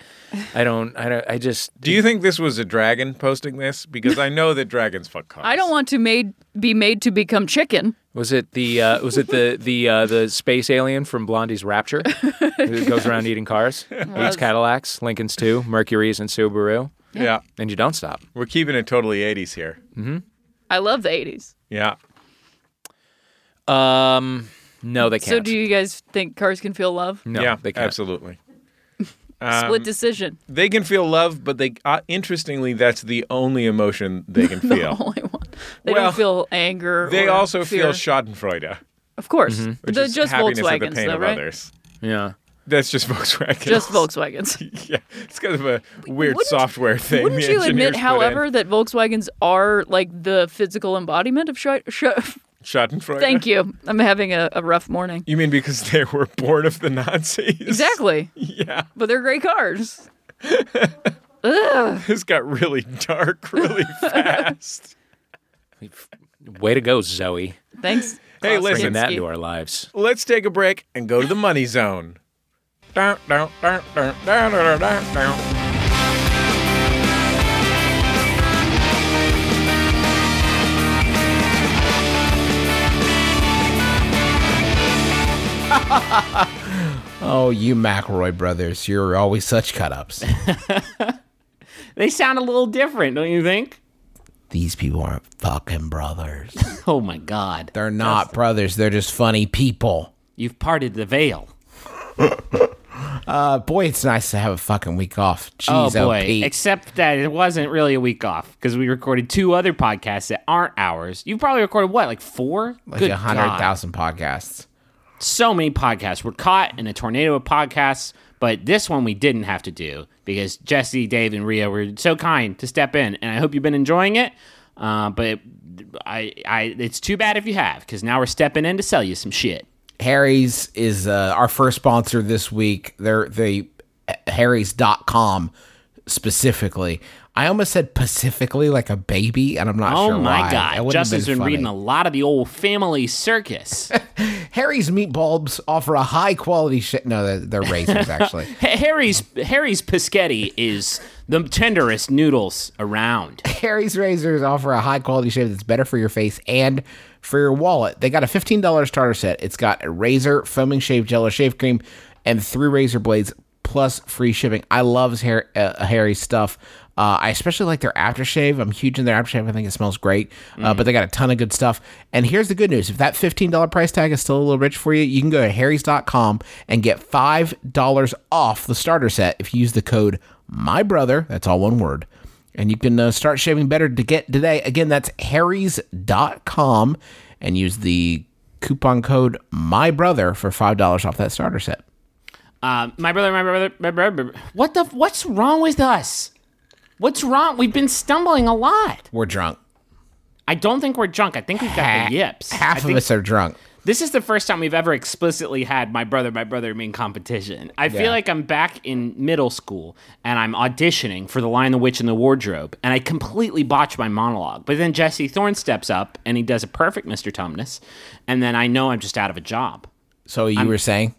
I don't. I don't. I just.
Do you think this was a dragon posting this? Because I know that dragons fuck cars.
I don't want to made be made to become chicken.
Was it the uh, was it the the uh, the space alien from Blondie's Rapture who goes around eating cars, eats Cadillacs, Lincolns too, Mercury's and Subaru,
Yeah.
and you don't stop.
We're keeping it totally 80s here.
I love the 80s.
Yeah.
Um, no, they can't.
So do you guys think cars can feel love?
No,
yeah.
they can't.
Absolutely.
Split decision.
They can feel love, but they uh, interestingly, that's the only emotion they can
The
feel.
only one. They
Well,
don't feel anger.
they
or
also
fear.
feel Schadenfreude,
Of course.
which
They're
is
just
happiness
Volkswagens,
at the pain
though,
of
right?
others.
Yeah.
That's just Volkswagen.
Just Volkswagens.
yeah, it's kind of a weird
Wouldn't-
software thing.
Wouldn't
the
you
engineers
admit,
put in.
however, that Volkswagens are like the physical embodiment of sh- sh-
Schadenfreude?
Thank you. I'm having a, a rough morning.
You mean because they were born of the Nazis?
Exactly.
Yeah,
But they're great cars.
this got really dark really fast.
Way to go, Zoe.
Thanks.
Hey,
Klaus
listen.
Bringing that
Kinski.
into our lives.
Let's take a break and go to the money zone. Dun, dun, dun, dun, dun, dun, dun, dun.
Oh, you McElroy brothers, you're always such cut ups.
They sound a little different, don't you think?
These people aren't fucking brothers.
Oh my God.
They're not brothers, they're just funny people.
You've parted the veil.
Uh, boy, it's nice to have a fucking week off.
Oh
Jeez, oh,
boy.
Pete.
Except that it wasn't really a week off because we recorded two other podcasts that aren't ours. You probably recorded what, like four?
like
Good
a
God.
100,000 podcasts.
so many podcasts were caught in a tornado of podcasts, but this one we didn't have to do because Jesse, Dave, and Ria were so kind to step in, and I hope you've been enjoying it. Uh, but I, I, it's too bad if you have because now we're stepping in to sell you some shit.
Harry's is uh, our first sponsor this week. They're the Harry's.com specifically. I almost said pacifically like a baby, and I'm not
Oh
sure
my
why. That wouldn't
god,
have
Justin's been,
funny.
reading a lot of the old Family Circus. Ha-
Harry's meat bulbs offer a high quality shit. No, they're, they're razors actually.
Harry's Harry's Pischetti is the tenderest noodles around.
Harry's razors offer a high quality shave that's better for your face and for your wallet. They got a fifteen dollars starter set. It's got a razor, foaming shave gel, or shave cream, and three razor blades plus free shipping. I love hair, uh, Harry's stuff. Uh, I especially like their aftershave. I'm huge in their aftershave. I think it smells great. Uh, But they got a ton of good stuff. And here's the good news: if that $15 price tag is still a little rich for you, you can go to Harry's.com and get five dollars off the starter set if you use the code my brother. That's all one word And you can uh, start shaving better to get today. Again, that's harrys.com and use the coupon code my brother for $5 off that starter set.
Um, my brother, my brother, my brother. What the? What's wrong with us? What's wrong? We've been stumbling a lot.
We're drunk.
I don't think we're drunk. I think we've got the yips.
Half
I
of
think-
us are drunk.
This is the first time we've ever explicitly had my brother, my brother, mean competition. I feel like I'm back in middle school and I'm auditioning for The Lion, the Witch, and the Wardrobe, and I completely botch my monologue. But then Jesse Thorne steps up and he does a perfect Mr. Tumnus, and then I know I'm just out of a job.
So you were saying?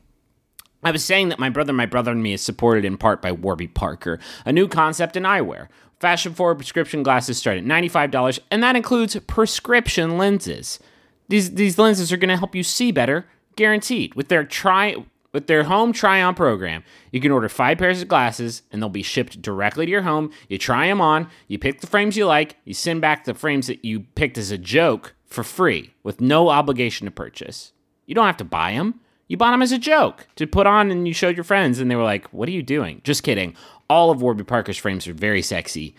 I was saying that my brother, my brother, and me is supported in part by Warby Parker, a new concept in eyewear. Fashion forward prescription glasses start at $95, and that includes prescription lenses. These, these lenses are going to help you see better, guaranteed. With their try with their home try on program, you can order five pairs of glasses and they'll be shipped directly to your home. You try them on, you pick the frames you like, you send back the frames that you picked as a joke for free with no obligation to purchase. You don't have to buy them. You bought them as a joke to put on and you showed your friends and they were like, "What are you doing?" Just kidding. All of Warby Parker's frames are very sexy.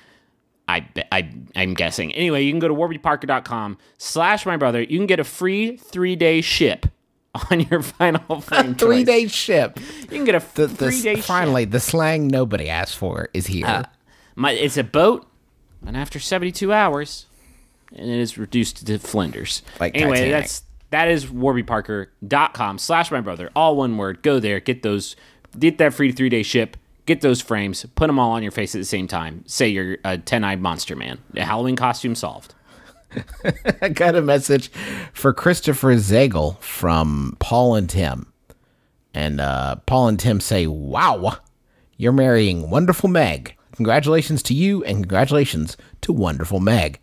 I, be- I I'm guessing. Anyway, you can go to warbyparker.com slash my brother. You can get a free three day ship on your final frame.
Three
choice.
day ship.
You can get a
The, the,
three day ship. Uh,
finally, the slang nobody asked for is here.
My, it's a boat, and after 72 hours, and it is reduced to flinders.
Like
anyway,
Titanic.
that's that is warbyparker.com slash my brother, all one word. Go there, get those, get that free three day ship, get those frames, put them all on your face at the same time. Say you're a ten eyed monster man. The Halloween costume solved.
I got a message for Christopher Zegel from Paul and Tim. And uh, Paul and Tim say, Wow, you're marrying Wonderful Meg. Congratulations to you and congratulations to Wonderful Meg.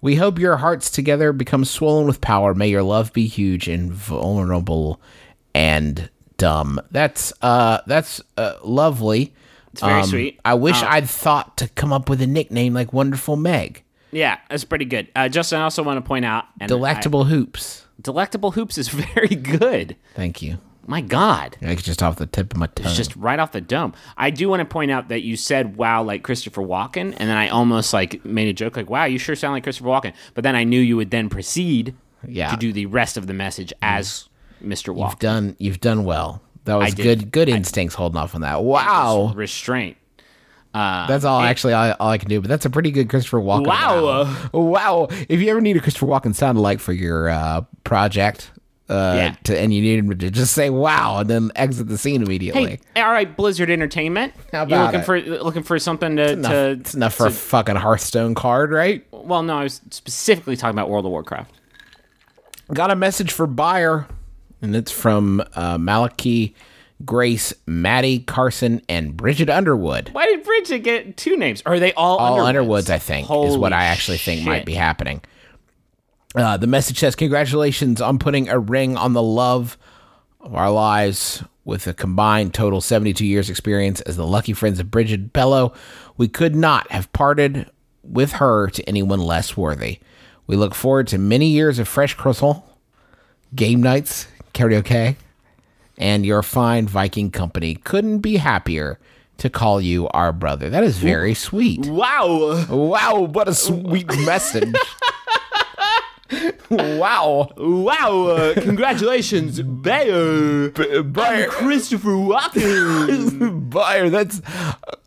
We hope your hearts together become swollen with power. May your love be huge and vulnerable and dumb. That's uh that's uh, lovely. It's
very sweet. Um,
I wish I'd thought to come up with a nickname like Wonderful Meg.
Yeah, that's pretty good. Uh, Justin, I also want to point out and I-
Delectable hoops.
Delectable Hoops is very good.
Thank you.
My God.
Like just off the tip of my tongue.
It's just right off the dome. I do want to point out that you said "wow" like Christopher Walken, and then I almost like made a joke like "wow, you sure sound like Christopher Walken," but then I knew you would then proceed
Yeah.
to do the rest of the message as Mr.
you've
Walken.
done you've done well. That was
did.
good good instincts holding off on that. Wow.
Restraint.
That's all actually all, all I can do, but that's a pretty good Christopher Walken.
Wow.
Wow. Wow. If you ever need a Christopher Walken sound alike for your uh, project, uh,
Yeah.
to, and you need him to just say wow and then exit the scene immediately.
Hey, all right, Blizzard Entertainment.
How
you looking
about
for looking for something to,
Enough-
to
it's enough for a fucking Hearthstone card, right?
well, no, I was specifically talking about World of Warcraft.
got a message for buyer and it's from uh, malachi grace maddie carson and bridget underwood
Why did Bridget get two names? Or are they all
all
Underwoods?
underwoods i think is
Holy
what i actually think might
shit.
be happening uh, the message says congratulations on putting a ring on the love of our lives with a combined total 72 years experience as the lucky friends of Bridget Bello, we could not have parted with her to anyone less worthy. We look forward to many years of fresh croissant, game nights, karaoke, and your fine Viking company. Couldn't be happier to call you our brother. That is very sweet.
Wow.
Wow, what a sweet message. wow.
Wow, uh, congratulations, Bayer.
uh, Bayer.
I'm Christopher Walken.
buyer. That's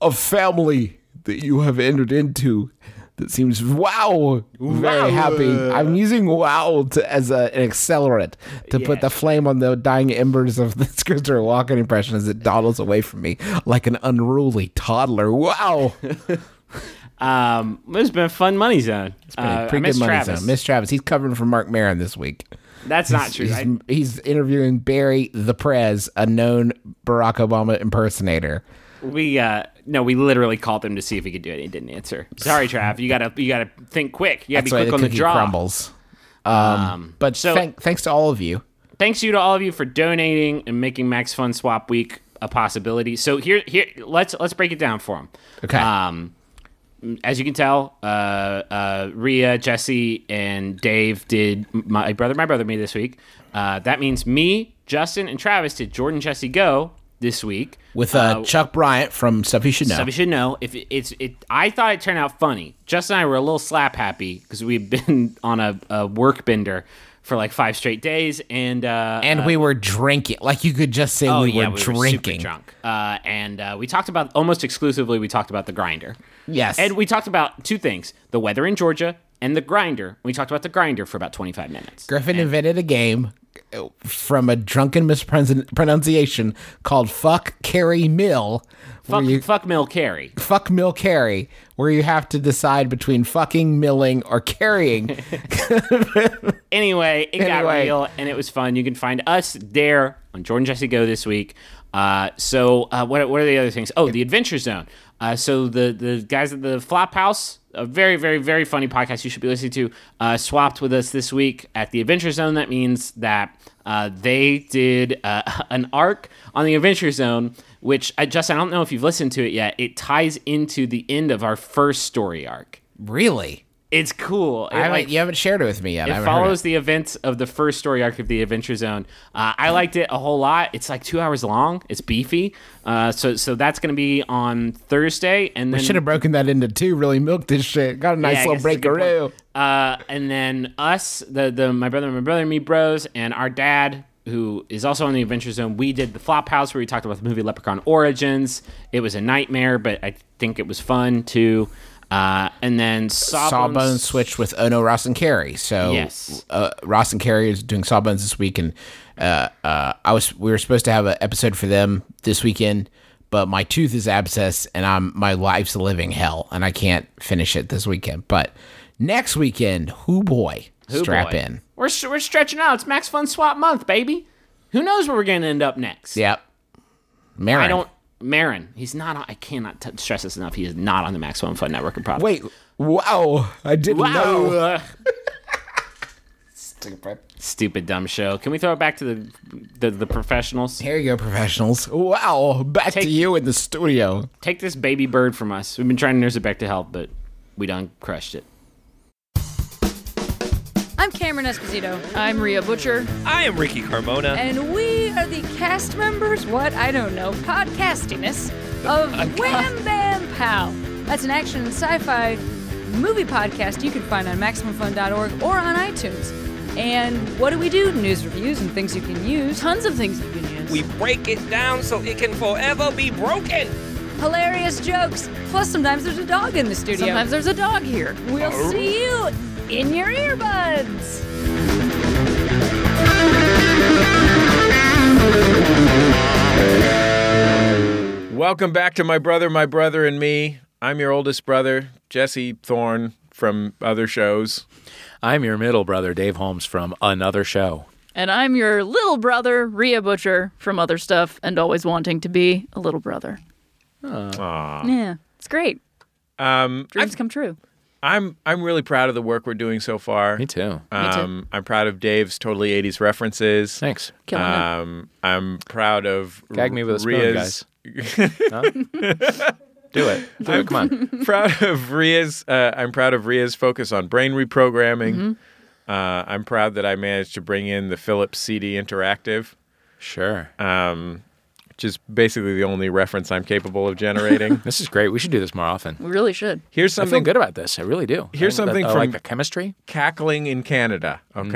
a family that you have entered into. That seems wow, uh, very happy. I'm using wow to, as a, an accelerant to put the flame on the dying embers of this Christopher Walken impression as it dawdles away from me like an unruly toddler. Wow,
um, it's been a fun money zone. Uh, I miss Travis.
Miss Travis, he's covering for Mark Maron this week.
That's not true.
He's,
I-
he's interviewing Barry the Prez, a known Barack Obama impersonator.
we uh, no, we literally called him to see if he could do it. He didn't answer. Sorry, Trav. You gotta you gotta think quick. You gotta
That's
be
why
quick
the
on the
cookie
draw.
crumbles. Um, but
so-
thank, thanks to all of you.
Thanks you to all of you for donating and making Max Fun Swap Week a possibility. So here here let's let's break it down for him.
Okay.
Um, as you can tell, uh, uh, Rhea, Jesse, and Dave did my brother, my brother, me this week. Uh, that means me, Justin, and Travis did Jordan, Jesse, go, this week
with uh, Chuck Bryant from Stuff You Should Know.
So we should know if it, it's it. I thought it turned out funny. Justin and I were a little slap happy because we've been on a, a work bender for like five straight days, and uh,
and we were drinking. Like you could just say
oh
we,
yeah,
were
we were super
drinking.
drunk. Uh, and uh, we talked about almost exclusively. We talked about the grinder.
Yes.
and we talked about two things: the weather in Georgia and the grinder. We talked about the grinder for about twenty five minutes.
Griffin invented a game uh, from a drunken mispronunciation called "fuck carry mill,"
Fuck,
where you
fuck Mill Carey.
fuck mill carry, where you have to decide between fucking, milling, or carrying.
anyway, it got
Anyway.
real and it was fun. You can find us there on Jordan Jesse Go this week. Uh, so uh, what, what are the other things? Oh, the Adventure Zone. Uh, so the the guys at the Flop House, a very very very funny podcast you should be listening to, uh, swapped with us this week at the Adventure Zone. That means that uh, they did uh, an arc on the Adventure Zone, which I just I don't know if you've listened to it yet. It ties into the end of our first story arc.
really?
It's cool. It,
I haven't,
like,
you haven't shared it with me yet. I
it
haven't heard
follows the events of the first story arc of the Adventure Zone. Uh, I liked it a whole lot. It's like two hours long. It's beefy. Uh, so so that's going to be on Thursday, and then
Should have broken that into two. Really milked this shit. Got a nice
yeah,
little
I guess that's a good
breakaroo.
point. Uh, and then us, the the my brother, my brother, and me bros, and our dad, who is also on the Adventure Zone. We did the Flop House where we talked about the movie Leprechaun Origins. It was a nightmare, but I think it was fun too. Uh, and then Sawbones,
Sawbones switched with Ono Ross and Carey. So
Yes.
uh, Ross and Carey is doing Sawbones this week, and uh, uh, I was we were supposed to have an episode for them this weekend, but my tooth is abscess, and I'm my life's a living hell, and I can't finish it this weekend. But next weekend, who boy,
Ooh,
strap
boy.
in.
We're, s- we're stretching out. It's Max Fun Swap Month, baby. Who knows where we're going to end up next?
Yep, Marin.
I don't. Marin, he's not. On, I cannot t- stress this enough. He is not on the Max Fun Fun Network of Profit.
wait. Wow, I didn't
Wow.
know.
Ugh. Stupid dumb show. Can we throw it back to the the, the professionals?
Here you go, professionals. Wow, back to you in the studio.
Take this baby bird from us. We've been trying to nurse it back to health, but we done crushed it.
I'm Cameron Esposito,
I'm Rhea Butcher.
I am Ricky Carmona.
and we are the cast members, what? I don't know, podcastiness of Wham Bam Pow. That's an action and sci fi movie podcast you can find on MaximumFun.org or on iTunes. And what do we do? News reviews and things you can use.
Tons of things you can use.
We break it down so it can forever be broken.
Hilarious jokes. Plus, sometimes there's a dog in the studio.
Sometimes there's a dog here.
we'll
Oh.
see you in your earbuds.
Welcome back to My Brother, My Brother and Me. I'm your oldest brother, Jesse Thorne from other shows.
I'm your middle brother, Dave Holmes from another show.
And I'm your little brother, Rhea Butcher, from other stuff and always wanting to be a little brother. Yeah, it's great. Um, Dreams come true.
I'm I'm really proud of the work we're doing so far.
Me too.
too.
Um, I'm proud of Dave's totally 80s references.
Thanks.
Killing it.
Um, I'm proud of
Gag me with a spoon,
Rhea's-
guys. Do it. Do it. Come on.
proud of Ria's. Uh, I'm proud of Ria's focus on brain reprogramming.
Mm-hmm.
Uh, I'm proud that I managed to bring in the Philips CD Interactive,
Sure.
which is basically the only reference I'm capable of generating.
This is great. We should do this more often.
We really should.
Here's
I feel
something
good about this. I really do.
Here's
I-
something
I like
from-
the chemistry.
cackling in Canada. Okay? I'm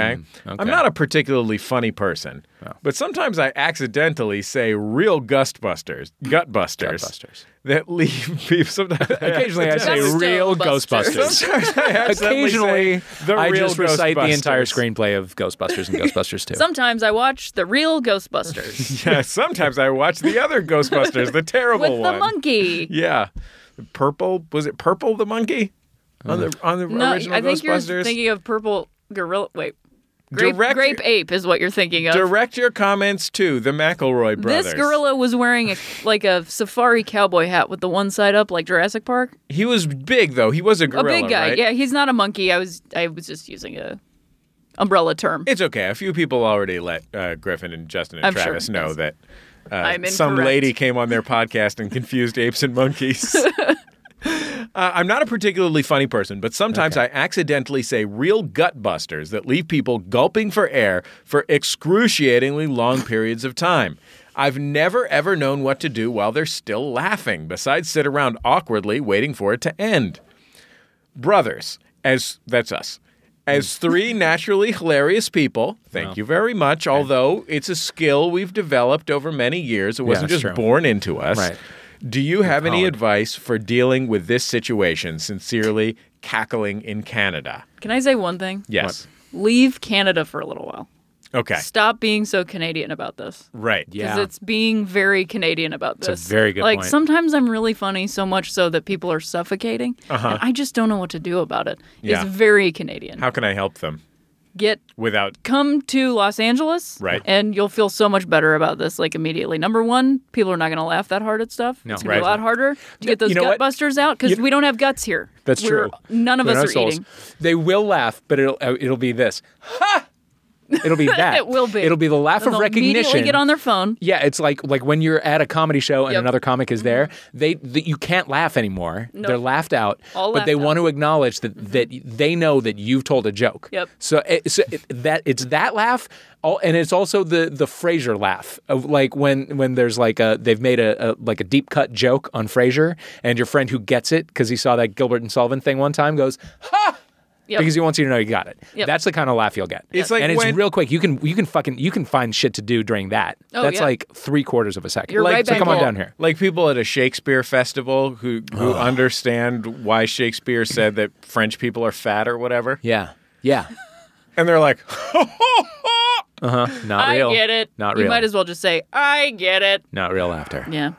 Mm, okay. Oh.
not a particularly funny person, but sometimes I accidentally say real gustbusters, gutbusters,
Gutbusters.
that leave people. Sometimes
Occasionally, I say
Gusto
real
Busters.
Ghostbusters.
I accidentally
Occasionally,
say the
I
real
just recite the entire
Ghostbusters.
screenplay of Ghostbusters and Ghostbusters 2.
Sometimes I watch the real Ghostbusters
Yeah, sometimes I watch the other Ghostbusters, the terrible
with
one.
the monkey.
Yeah, purple was it? Purple the monkey on the on the
No,
original
I think you're
Ghostbusters.
thinking of purple gorilla. Wait, grape,
Direct-
grape ape is what you're thinking of.
Direct your comments to the McElroy brothers.
This gorilla was wearing a, like a safari cowboy hat with the one side up, like Jurassic Park.
He was big though. He was a gorilla.
a big guy.
right?
Yeah, he's not a monkey. I was I was just using a umbrella term.
It's okay. A few people already let uh, Griffin and Justin and
I'm sure,
Travis know
yes.
that uh,
I'm
some
incorrect.
lady came on their podcast and confused apes and monkeys. Uh, I'm not a particularly funny person, but sometimes I accidentally say real gut busters that leave people gulping for air for excruciatingly long periods of time. I've never ever known what to do while they're still laughing, besides sit around awkwardly waiting for it to end. Brothers, as that's us. As
Hmm.
three naturally hilarious people, thank you very much. Although it's a skill we've developed over many years, it wasn't
that's
just
true.
born into us.
Right.
Do you have any advice for dealing with this situation? Sincerely, cackling in Canada.
Can I say one thing?
Yes.
Leave Canada for a little while.
Okay.
Stop being so Canadian about this.
Right.
Because it's being very Canadian about this.
a very good
Like
point.
sometimes I'm really funny so much so that people are suffocating, and I just don't know what to do about it.
Uh-huh. Yeah.
It's very Canadian.
How can I help them
Get
without
come to Los Angeles,
Right.
And you'll feel so much better about this. Like immediately, number one, people are not going to laugh that hard at stuff. No, it's going to
right.
be a lot harder to get those
You know
gut
what?
busters out because we don't have guts here.
That's
We're-
true.
None of
We're
us
not
are
souls.
eating.
They will laugh, but it'll uh, it'll be this. Ha! It'll be that.
It will be.
It'll be the laugh
Then
of
they'll Immediately
recognition.
get on their phone.
yeah, it's like like when you're at a comedy show and
Mm-hmm. Yep. Mm-hmm.
another comic is there, they, th you can't laugh anymore. They're laughed out,
All
but they
laughed
want
out. Mm-hmm.
to acknowledge that that they know that you've told a joke.
Yep.
So, it, so it, that it's that laugh, all, and it's also the the Frasier laugh of like when when there's like a they've made a, a like a deep cut joke on Frasier, and your friend who gets it because he saw that Gilbert and Sullivan thing one time goes,
Yep.
because he wants you to know you got it.
Yep.
That's the kind of laugh you'll get.
It's like
and it's
when-
real quick. You can you can fucking you can find shit to do during that.
Oh,
That's
yeah.
like three quarters of a 2nd
You're right
so
back
come on
in.
down here.
like people at a Shakespeare festival who who understand why Shakespeare said that French people are fat or whatever,
Yeah. Yeah.
and they're like,
Not
I
real.
get it.
Not
You
real.
might as well just say, "I get it."
Not real laughter.
Yeah.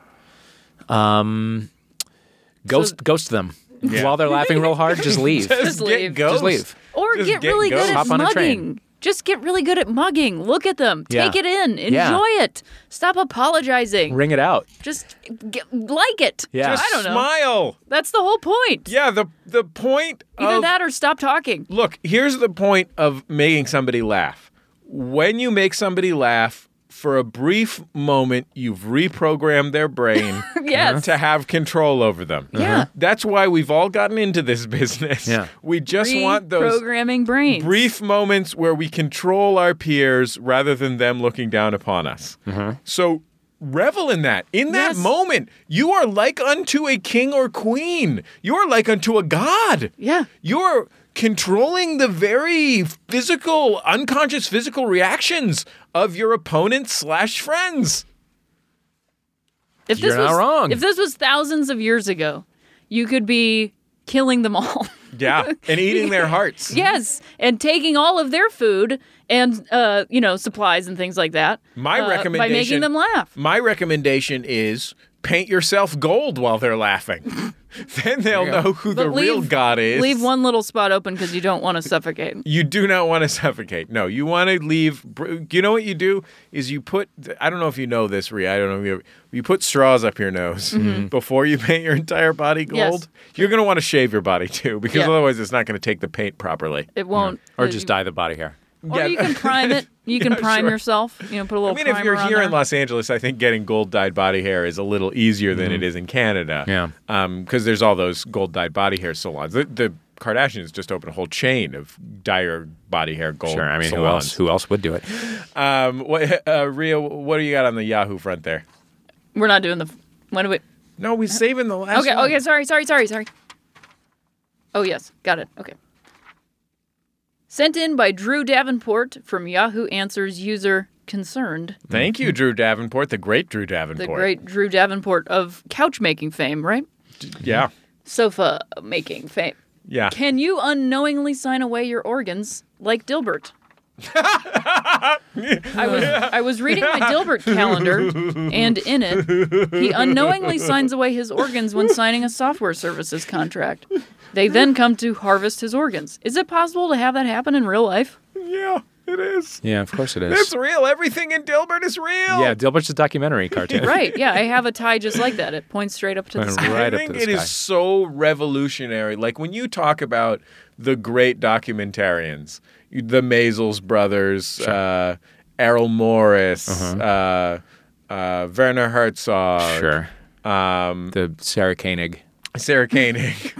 Ghost ghost them. While they're laughing real hard, just leave.
Just leave.
ghost.
Just leave.
Or
Just
get,
get
really
ghosts.
good at
Hop on a train.
mugging. Just get really good at mugging. Look at them.
Yeah.
Take it in. Enjoy
Yeah.
it. Stop apologizing.
Ring it out.
Just get, like it.
Yeah.
I don't know.
Smile.
That's the whole point.
Yeah. The the point
Either
of
that or stop talking.
look. Here's the point of making somebody laugh. When you make somebody laugh. For a brief moment, you've reprogrammed their brain
Yes.
to have control over them.
Yeah.
That's why we've all gotten into this business.
Yeah.
We just want those
programming brains.
brief moments where we control our peers rather than them looking down upon us. So revel in that. In that
Yes.
moment, you are like unto a king or queen. You are like unto a god.
Yeah.
You're controlling the very physical, unconscious physical reactions of your opponents slash friends.
If
You're not
was,
wrong.
If this was thousands of years ago, you could be killing them all.
Yeah. And eating their hearts.
yes, and taking all of their food and uh, you know supplies and things like that.
My
uh, by
recommendation
making them laugh.
My recommendation is paint yourself gold while they're laughing. then they'll know who the
But leave-
real god is.
Leave one little spot open because you don't want to suffocate.
You do not want to suffocate. No, you want to leave. br- You know what you do is you put. I don't know if you know this, Ria. I don't know if you. ever- You put straws up your nose
Mm-hmm.
before you paint your entire body
Yes.
gold. You're going to want to shave your body too, because
Yeah.
otherwise it's not going to take the paint properly.
It won't.
Or
it-
just dye the body hair.
Or you can prime it. You can prime
sure.
yourself. You know, put a little.
I mean, if you're
primer on
here
there.
in Los Angeles, I think getting gold dyed body hair is a little easier than it is in Canada.
Mm-hmm. Yeah.
Because there's all those gold dyed body hair salons. The, the Kardashians just opened a whole chain of dyer body hair gold.
Sure. I mean, who else?
salons.
Who else would do it?
Um, what, uh, Rhea, what do you got on the Yahoo front there?
we're not doing the. When do we?
No, we're saving the last.
Uh, Okay.
one.
Okay. Sorry. Sorry. Sorry. Sorry. Oh yes, got it. Okay. Sent in by Drew Davenport from Yahoo Answers user concerned.
Thank you, Drew Davenport, the great Drew
The
Davenport.
great Drew Davenport of couch making fame, right?
Yeah.
Sofa making fame.
Yeah.
Can you unknowingly sign away your organs like Dilbert? I was I was reading my Dilbert calendar, and in it, he unknowingly signs away his organs when signing a software services contract. They then come to harvest his organs. Is it possible to have that happen in real life?
Yeah, it is.
Yeah, of course it is.
It's real. Everything in Dilbert is real.
yeah, Dilbert's a documentary cartoon.
Right? Yeah, I have a tie just like that. It points straight up to the sky.
Right
I
up
think
to
it
the
is
sky.
so revolutionary. Like when you talk about the great documentarians, you- the Maisels brothers, uh, Errol Morris, uh uh, Werner Herzog,
Sure.
um,
The Sarah Koenig.
Sarah Koenig.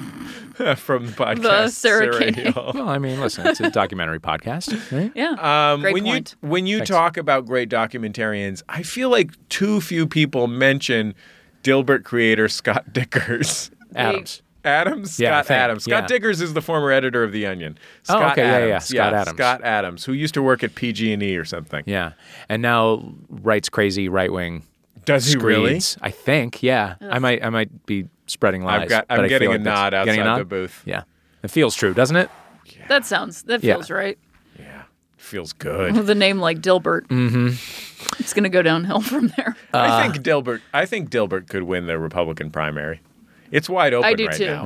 from the podcast.
Sarah Koenig.
Serial.
Well, I mean, listen, it's a documentary podcast, right?
Yeah.
Um,
Great
when
point.
you when you talk about great documentarians, I feel like too few people mention Dilbert creator Scott Dickers.
Adams.
Adams,
Yeah, I
Scott
think,
Adams. Scott
yeah.
Dickers is the former editor of The Onion.
Oh,
Scott
okay, yeah, yeah,
Adams.
Scott Adams.
Scott Adams, who used to work at PG&E E or something.
Yeah, and now writes crazy right wing
Does he really?
screeds. I think. Yeah, I might. I might be spreading lies.
I've got- I'm
but I
getting
feel
a
like that's-
nod
getting a
outside
nod?
the booth.
Yeah, it feels true, doesn't it?
That sounds, that
Yeah.
feels right.
Feels good.
With a name like Dilbert, mm-hmm. it's going to go downhill from there.
Uh,
I think Dilbert. I think Dilbert could win the Republican primary. It's wide open
I do
right
too.
now.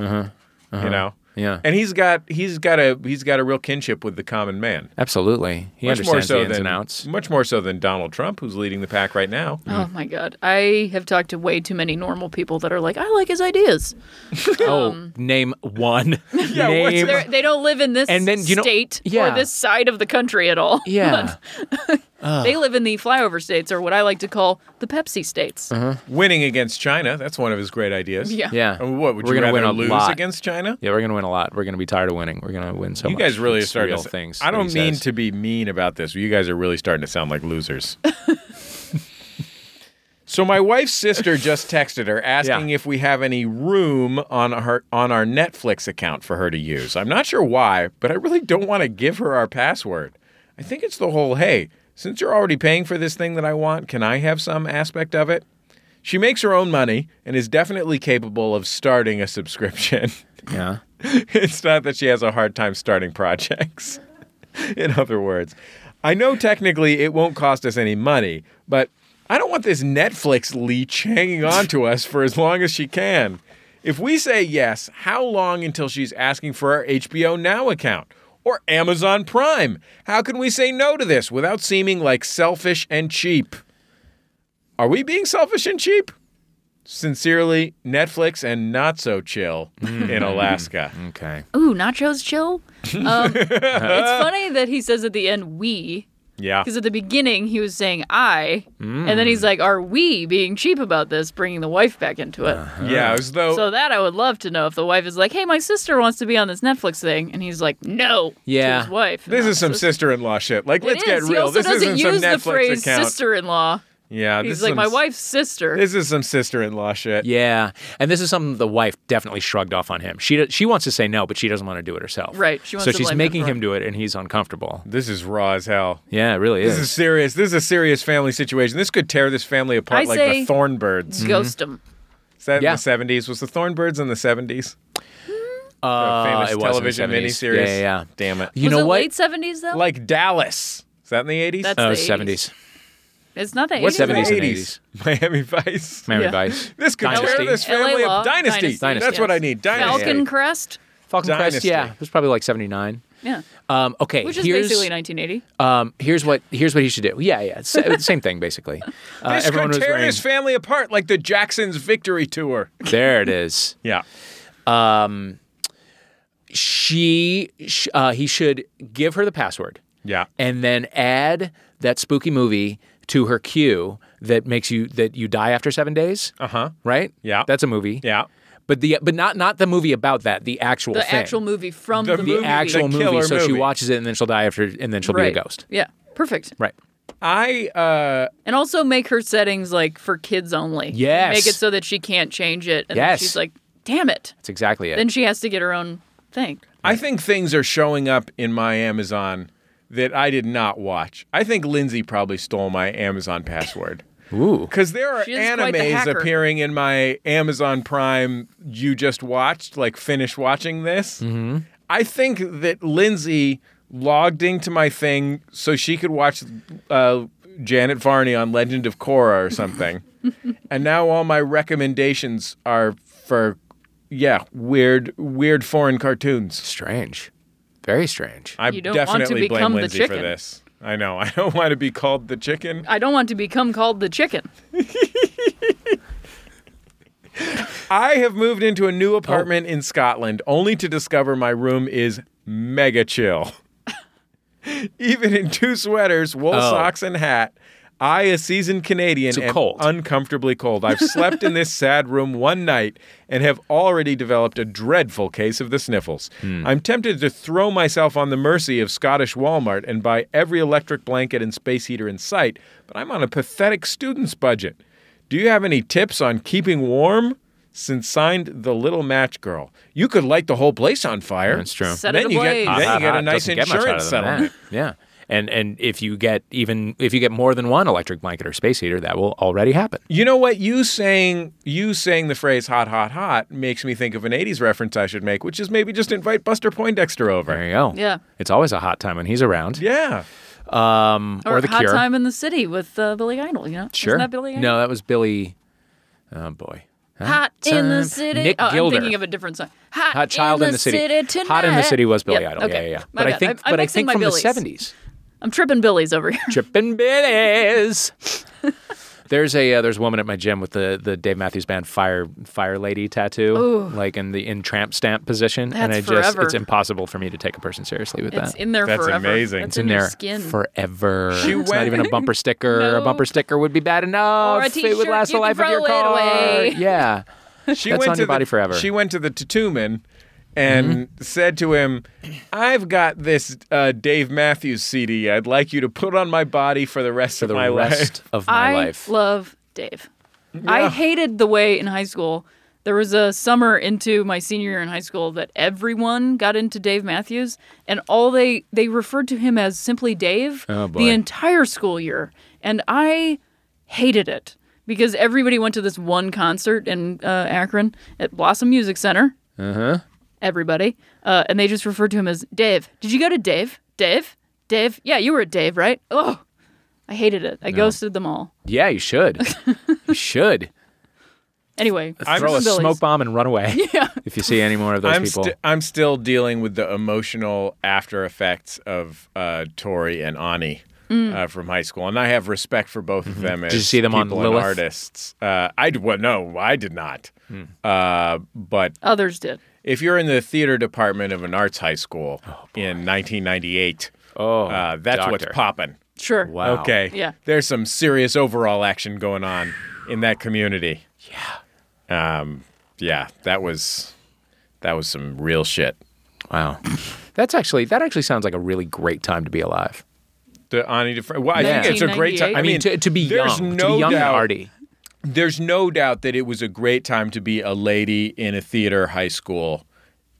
You know.
Uh-huh. Yeah.
And he's got he's got a he's got a real kinship with the common man.
Absolutely. He
Much more
understands
so
the ins
than
and outs.
much more so than Donald Trump, who's leading the pack right now.
Oh my God. I have talked to way too many normal people that are like, I like his ideas.
oh, name one.
what's
name.
They're, they don't live in this
And then, you know-
state
yeah.
or this side of the country at all.
Yeah.
They live in the flyover states or what I like to call the Pepsi states.
Winning against China, that's one of his great ideas.
Yeah.
Yeah.
I mean, what would
We're
you
gonna
rather
win a
lose
lot.
against China?
Yeah, we're gonna win a lot. We're gonna be tired of winning. We're gonna win so
You
much.
guys really are
It's
starting
real
to,
things.
I
that he
don't mean
says.
to be mean about this, but you guys are really starting to sound like losers. so my wife's sister just texted her asking
Yeah.
if we have any room on her on our Netflix account for her to use. I'm not sure why, but I really don't want to give her our password. I think it's the whole hey, since you're already paying for this thing that I want, can I have some aspect of it? She makes her own money and is definitely capable of starting a subscription.
Yeah.
it's not that she has a hard time starting projects. In other words, I know technically it won't cost us any money, but I don't want this Netflix leech hanging on to us for as long as she can. If we say yes, how long until she's asking for our HBO Now account or Amazon Prime? How can we say no to this without seeming like selfish and cheap? Are we being selfish and cheap? Sincerely, Netflix and not so chill in Alaska.
Okay.
Ooh, nachos chill. Um, it's funny that he says at the end, we,
Yeah.
Because at the beginning he was saying I, and then he's like, "Are we being cheap about this, bringing the wife back into it?"
Yeah, as though
So that I would love to know if the wife is like, "Hey, my sister wants to be on this Netflix thing," and he's like, "No."
Yeah.
To his wife.
this
And
is some
that's-
sister-in-law shit. Like,
It
let's get
is. He
real.
also
this
doesn't
isn't some
use
Netflix
the phrase
account.
sister-in-law.
yeah, this
He's
is
like
some-
my wife's sister.
This is some sister-in-law shit.
Yeah, and this is something the wife definitely shrugged off on him. She she wants to say no, but she doesn't want to do it herself.
Right, she wants
so
to
she's
blame him
making
for
him do it, and he's uncomfortable.
This is raw as hell.
Yeah, it really
This is serious. This is a serious family situation. This could tear this family apart
I
like
say-
the Thornbirds.
mm.
Ghost him.
Is that
Yeah.
in the seventies? Was the Thornbirds in the seventies?
Mm-hmm.
Uh,
famous
it was in the
television
70s.
miniseries.
Yeah, yeah, yeah.
Damn it.
You
was
know
it
what?
late seventies though?
Like Dallas. Is that in the eighties?
That's
oh,
the
70s,
it's not the
What's
eighties.
70s and
80s. Miami Vice.
Miami
Yeah.
Vice,
This could
Dynasty.
tear this
LA
family
Law.
up. Dynasty.
Dynasty,
That's
yes.
what I need. Dynasty.
Falcon Crest.
Falcon Crest.
Dynasty.
Yeah, it was probably like 79.
Yeah.
Um, okay,
Which is
here's
basically 1980.
um, here's what here's what he should do. Yeah, yeah, it's, it's same thing basically. Uh,
This
everyone
could
was
tear
wearing.
this family apart like the Jackson's victory tour.
There it is.
Yeah.
She sh- uh, he should give her the password.
Yeah.
and then add that spooky movie to her queue that makes you that you die after seven days. Uh huh. Right.
Uh-huh. Yeah.
That's a movie.
Yeah.
But the but not not the movie about that. The actual
The
thing.
actual movie from
The
the,
movie.
movie.
the actual
The
movie.
killer
So she
movie.
watches it and then she'll die after and then she'll
right.
be a ghost.
Yeah. Perfect.
Right.
I uh
And also make her settings like for kids only.
Yes.
Make it so that she can't change it. And then
Yes.
she's like, damn it.
That's exactly it.
Then she has to get her own thing.
I think things are showing up in my Amazon that I did not watch. I think Lindsay probably stole my Amazon password.
Ooh.
Because there are
She is quite the
animes
hacker.
appearing in my Amazon Prime you just watched, like finish watching this. Mm-hmm. I think that Lindsay logged into my thing so she could watch uh, Janet Varney on Legend of Korra or something. and now all my recommendations are for, yeah, weird, weird foreign cartoons.
Strange. Very strange.
I
You don't want to
definitely blame
become the
Lindsay for
chicken.
this. I know. I don't want to be called the chicken.
I don't want to become called the chicken.
I have moved into a new apartment in Scotland only to discover my room is mega chill. Even in two sweaters, wool
Oh.
socks, and hat, I, a seasoned Canadian,
It's
am
cold.
uncomfortably cold. I've slept in this sad room one night and have already developed a dreadful case of the sniffles.
Hmm.
I'm tempted to throw myself on the mercy of Scottish Walmart and buy every electric blanket and space heater in sight, but I'm on a pathetic student's budget. Do you have any tips on keeping warm? Since signed the little match girl, you could light the whole place on fire.
That's true.
Set it
then you
ablaze.
get then you get a
Doesn't
nice
get much hotter
insurance
than that.
settlement.
Yeah. And and if you get even if you get more than one electric blanket or space heater, that will already happen.
You know what? You saying you saying the phrase "hot, hot, hot" makes me think of an '80s reference I should make, which is maybe just invite Buster Poindexter
There
over.
you go.
Yeah.
It's always a hot time when he's around.
Yeah,
Um, or,
Or,
the
Hot
Cure.
Time in the City with uh, Billy Idol, you know?
Sure.
Isn't that Billy Idol?
no, that was Billy. Oh boy.
Hot in
Time.
the City.
Nick
oh,
Gilder.
I'm thinking of a different song. Hot,
Hot Child in the, City. Hot in the
tonight.
City was Billy
Yep,
Idol.
Okay.
Yeah, yeah, yeah.
My
But I
bad.
think,
I'm, I'm
but I
mixing
think
my
from
Billies.
the 70s.
I'm tripping Billies over here.
Trippin' Billies. There's a uh, there's a woman at my gym with the, the Dave Matthews Band fire fire lady tattoo, like in the in tramp stamp position, and
That's
I just
forever.
it's impossible for me to take a person seriously with
It's
that.
in there
That's
forever.
amazing.
it's
That's
in
your
there
skin.
forever.
She
it's not
went-
even a bumper sticker. A
No.
bumper sticker would be bad enough.
Or a
it would
t-shirt.
last the
You can
life of
throw
your
it
car.
away.
Yeah.
she
That's
went
on
to
your
the,
body forever. Mm-hmm.
She went to the tattoo man and said to him, "I've got this uh, Dave Matthews CD. I'd like you to put on my body for the rest
For
of
the
my
rest
life."
of my
I
life.
love Dave. I hated the way in high school there was a summer into my senior year in high school that everyone got into Dave Matthews and all they they referred to him as simply Dave
Oh, boy.
the entire school year and I hated it because everybody went to this one concert in uh, Akron at Blossom Music Center. Uh-huh. Everybody. Uh, and they just referred to him as Dave. Did you go to Dave? Dave? Dave? Yeah, you were at Dave, right? Oh, I hated it. I ghosted them all.
yeah, you should. you should.
Anyway, I'm
throw a
Billy's.
smoke bomb and run away. If you see any more of those
I'm,
people.
sti- I'm still dealing with the emotional after effects of uh, Tori and Ani uh, from high school, and I have respect for both of them. As
Mm-hmm. you see them on
people and
Lilith? Hmm.
artists? Uh, I d- well, no, I did not. Uh, but
Others did.
if you're in the theater department of an arts high school in 1998,
Oh,
uh, that's what's
doctor.
popping.
Sure.
Wow.
Okay,
Yeah.
there's some serious overall action going on in that community. Yeah, um, yeah, that was that was some real shit.
Wow. That's actually that actually sounds like a really great time to be alive.
The Ani DeFranco. Well, I
Yeah.
think it's a great time.
1998?
I
I mean,
mean,
to, to be
there's no
young, to be young
doubt,
and arty.
There's no doubt that it was a great time to be a lady in a theater high school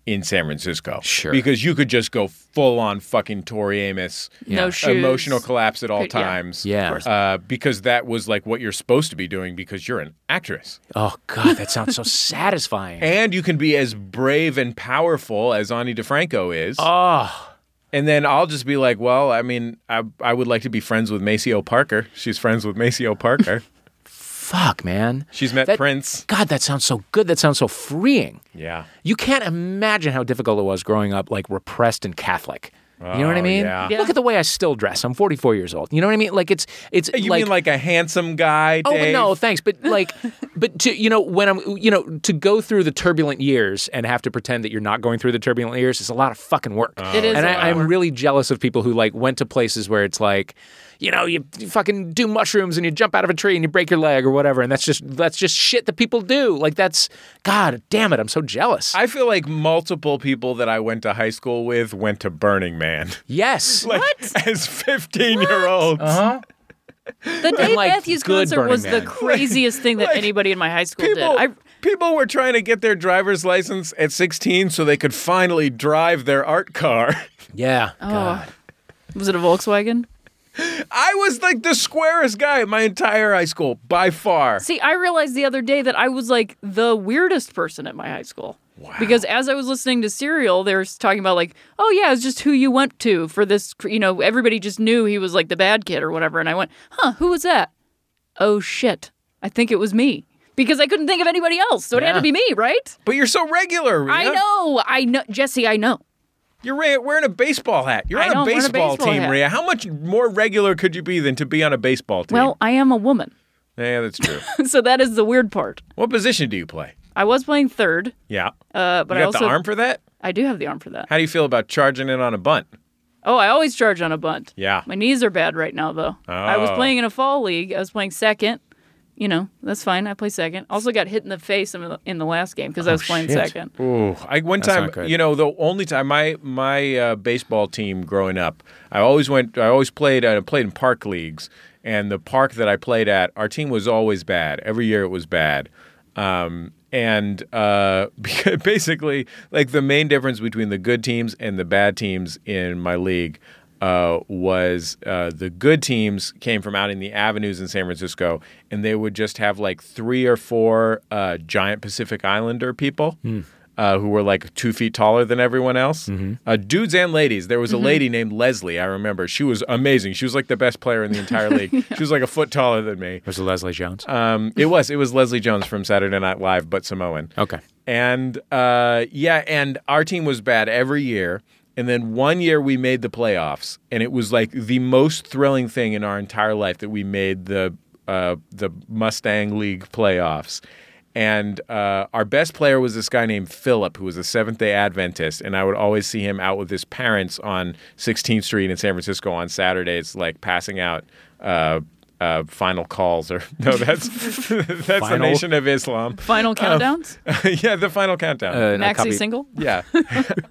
in San Francisco.
Sure.
Because you could just go full on fucking Tori Amos.
No
Yeah.
shoes.
Emotional collapse at all
Could- yeah.
times.
Yeah. Of course.
Uh, because that was like what you're supposed to be doing because you're an actress.
Oh God, that sounds so satisfying.
And you can be as brave and powerful as Ani DeFranco is.
Oh,
And then I'll just be like, well, I mean, I, I would like to be friends with Maceo Parker. She's friends with Maceo Parker.
fuck, man.
She's met
That-
Prince.
God, that sounds so good. That sounds so freeing.
Yeah.
You can't imagine how difficult it was growing up like repressed and Catholic. You know what I
Oh,
mean?
yeah.
Yeah.
Look at the way I still dress. I'm 44 years old. You know what I mean? Like it's it's
You mean like a handsome guy?
Oh
Dave?
no, thanks. But like, but to you know, when I'm you know to go through the turbulent years and have to pretend that you're not going through the turbulent years is a lot of fucking work.
It is
and
a
I,
lot of
I'm really jealous of people who like went to places where it's like, you know, you, you fucking do mushrooms and you jump out of a tree and you break your leg or whatever, and that's just that's just shit that people do. Like that's God damn it, I'm so jealous.
I feel like multiple people that I went to high school with went to Burning Man.
yes,
Like, As 15 year olds.
The Dave
like,
Matthews
good
concert
Burning
was the
Man.
craziest thing that
Like,
anybody in my high school
People,
did. I,
people were trying to get their driver's license at 16 so they could finally drive their art car.
yeah,
oh.
God.
was it a Volkswagen?
I was like the squarest guy at my entire high school by far.
See, I realized the other day that I was like the weirdest person at my high school. Wow. Because as I was listening to Serial, they were talking about like, oh yeah, it's just who you went to for this. You know, everybody just knew he was like the bad kid or whatever. And I went, huh, who was that? Oh shit, I think it was me because I couldn't think of anybody else, so it had to be me, right?
But you're so regular. Rena.
I know, I know, Jesse, I know.
You're re- wearing a baseball hat. You're
I
on a
don't wear a
baseball,
baseball
team,
hat.
Rhea. How much more regular could you be than to be on a baseball team?
Well, I am a woman,
yeah, that's true.
so that is the weird part.
what position do you play?
I was playing third,
Yeah.
uh, but
you
I
got
also
the arm for that?
I do have the arm for that.
How do you feel about charging in on a bunt?
Oh, I always charge on a bunt.
Yeah.
My knees are bad right now, though. I was
Oh.
playing in a fall league. I was playing second. You know, that's fine. I play second. Also got hit in the face in the, in the last game because I
Oh,
was playing second.
Ooh, I one time,
not good.
you know, the only time my my uh, baseball team growing up, I always went, I always played, I played in park leagues, and the park that I played at, our team was always bad. Every year it was bad, um, and uh, because basically, like the main difference between the good teams and the bad teams in my league. Uh, was uh, the good teams came from out in the avenues in San Francisco, and they would just have like three or four uh, giant Pacific Islander people
Hmm.
uh, who were like two feet taller than everyone else. Uh, dudes and ladies. There was a lady named Leslie. I remember she was amazing. She was like the best player in the entire league. She was like a foot taller than me.
Was it Leslie Jones?
Um, it was it was Leslie Jones from Saturday Night Live, but Samoan.
Okay.
And uh, yeah, and our team was bad every year. And then one year we made the playoffs, and it was like the most thrilling thing in our entire life that we made the uh, the Mustang League playoffs. And uh, our best player was this guy named Philip, who was a Seventh Day Adventist, and I would always see him out with his parents on 16th Street in San Francisco on Saturdays, like passing out uh, uh, final calls or no, that's that's the
Final-
Nation of Islam.
Final countdowns?
yeah, the final countdown.
Uh,
Maxi single?
yeah,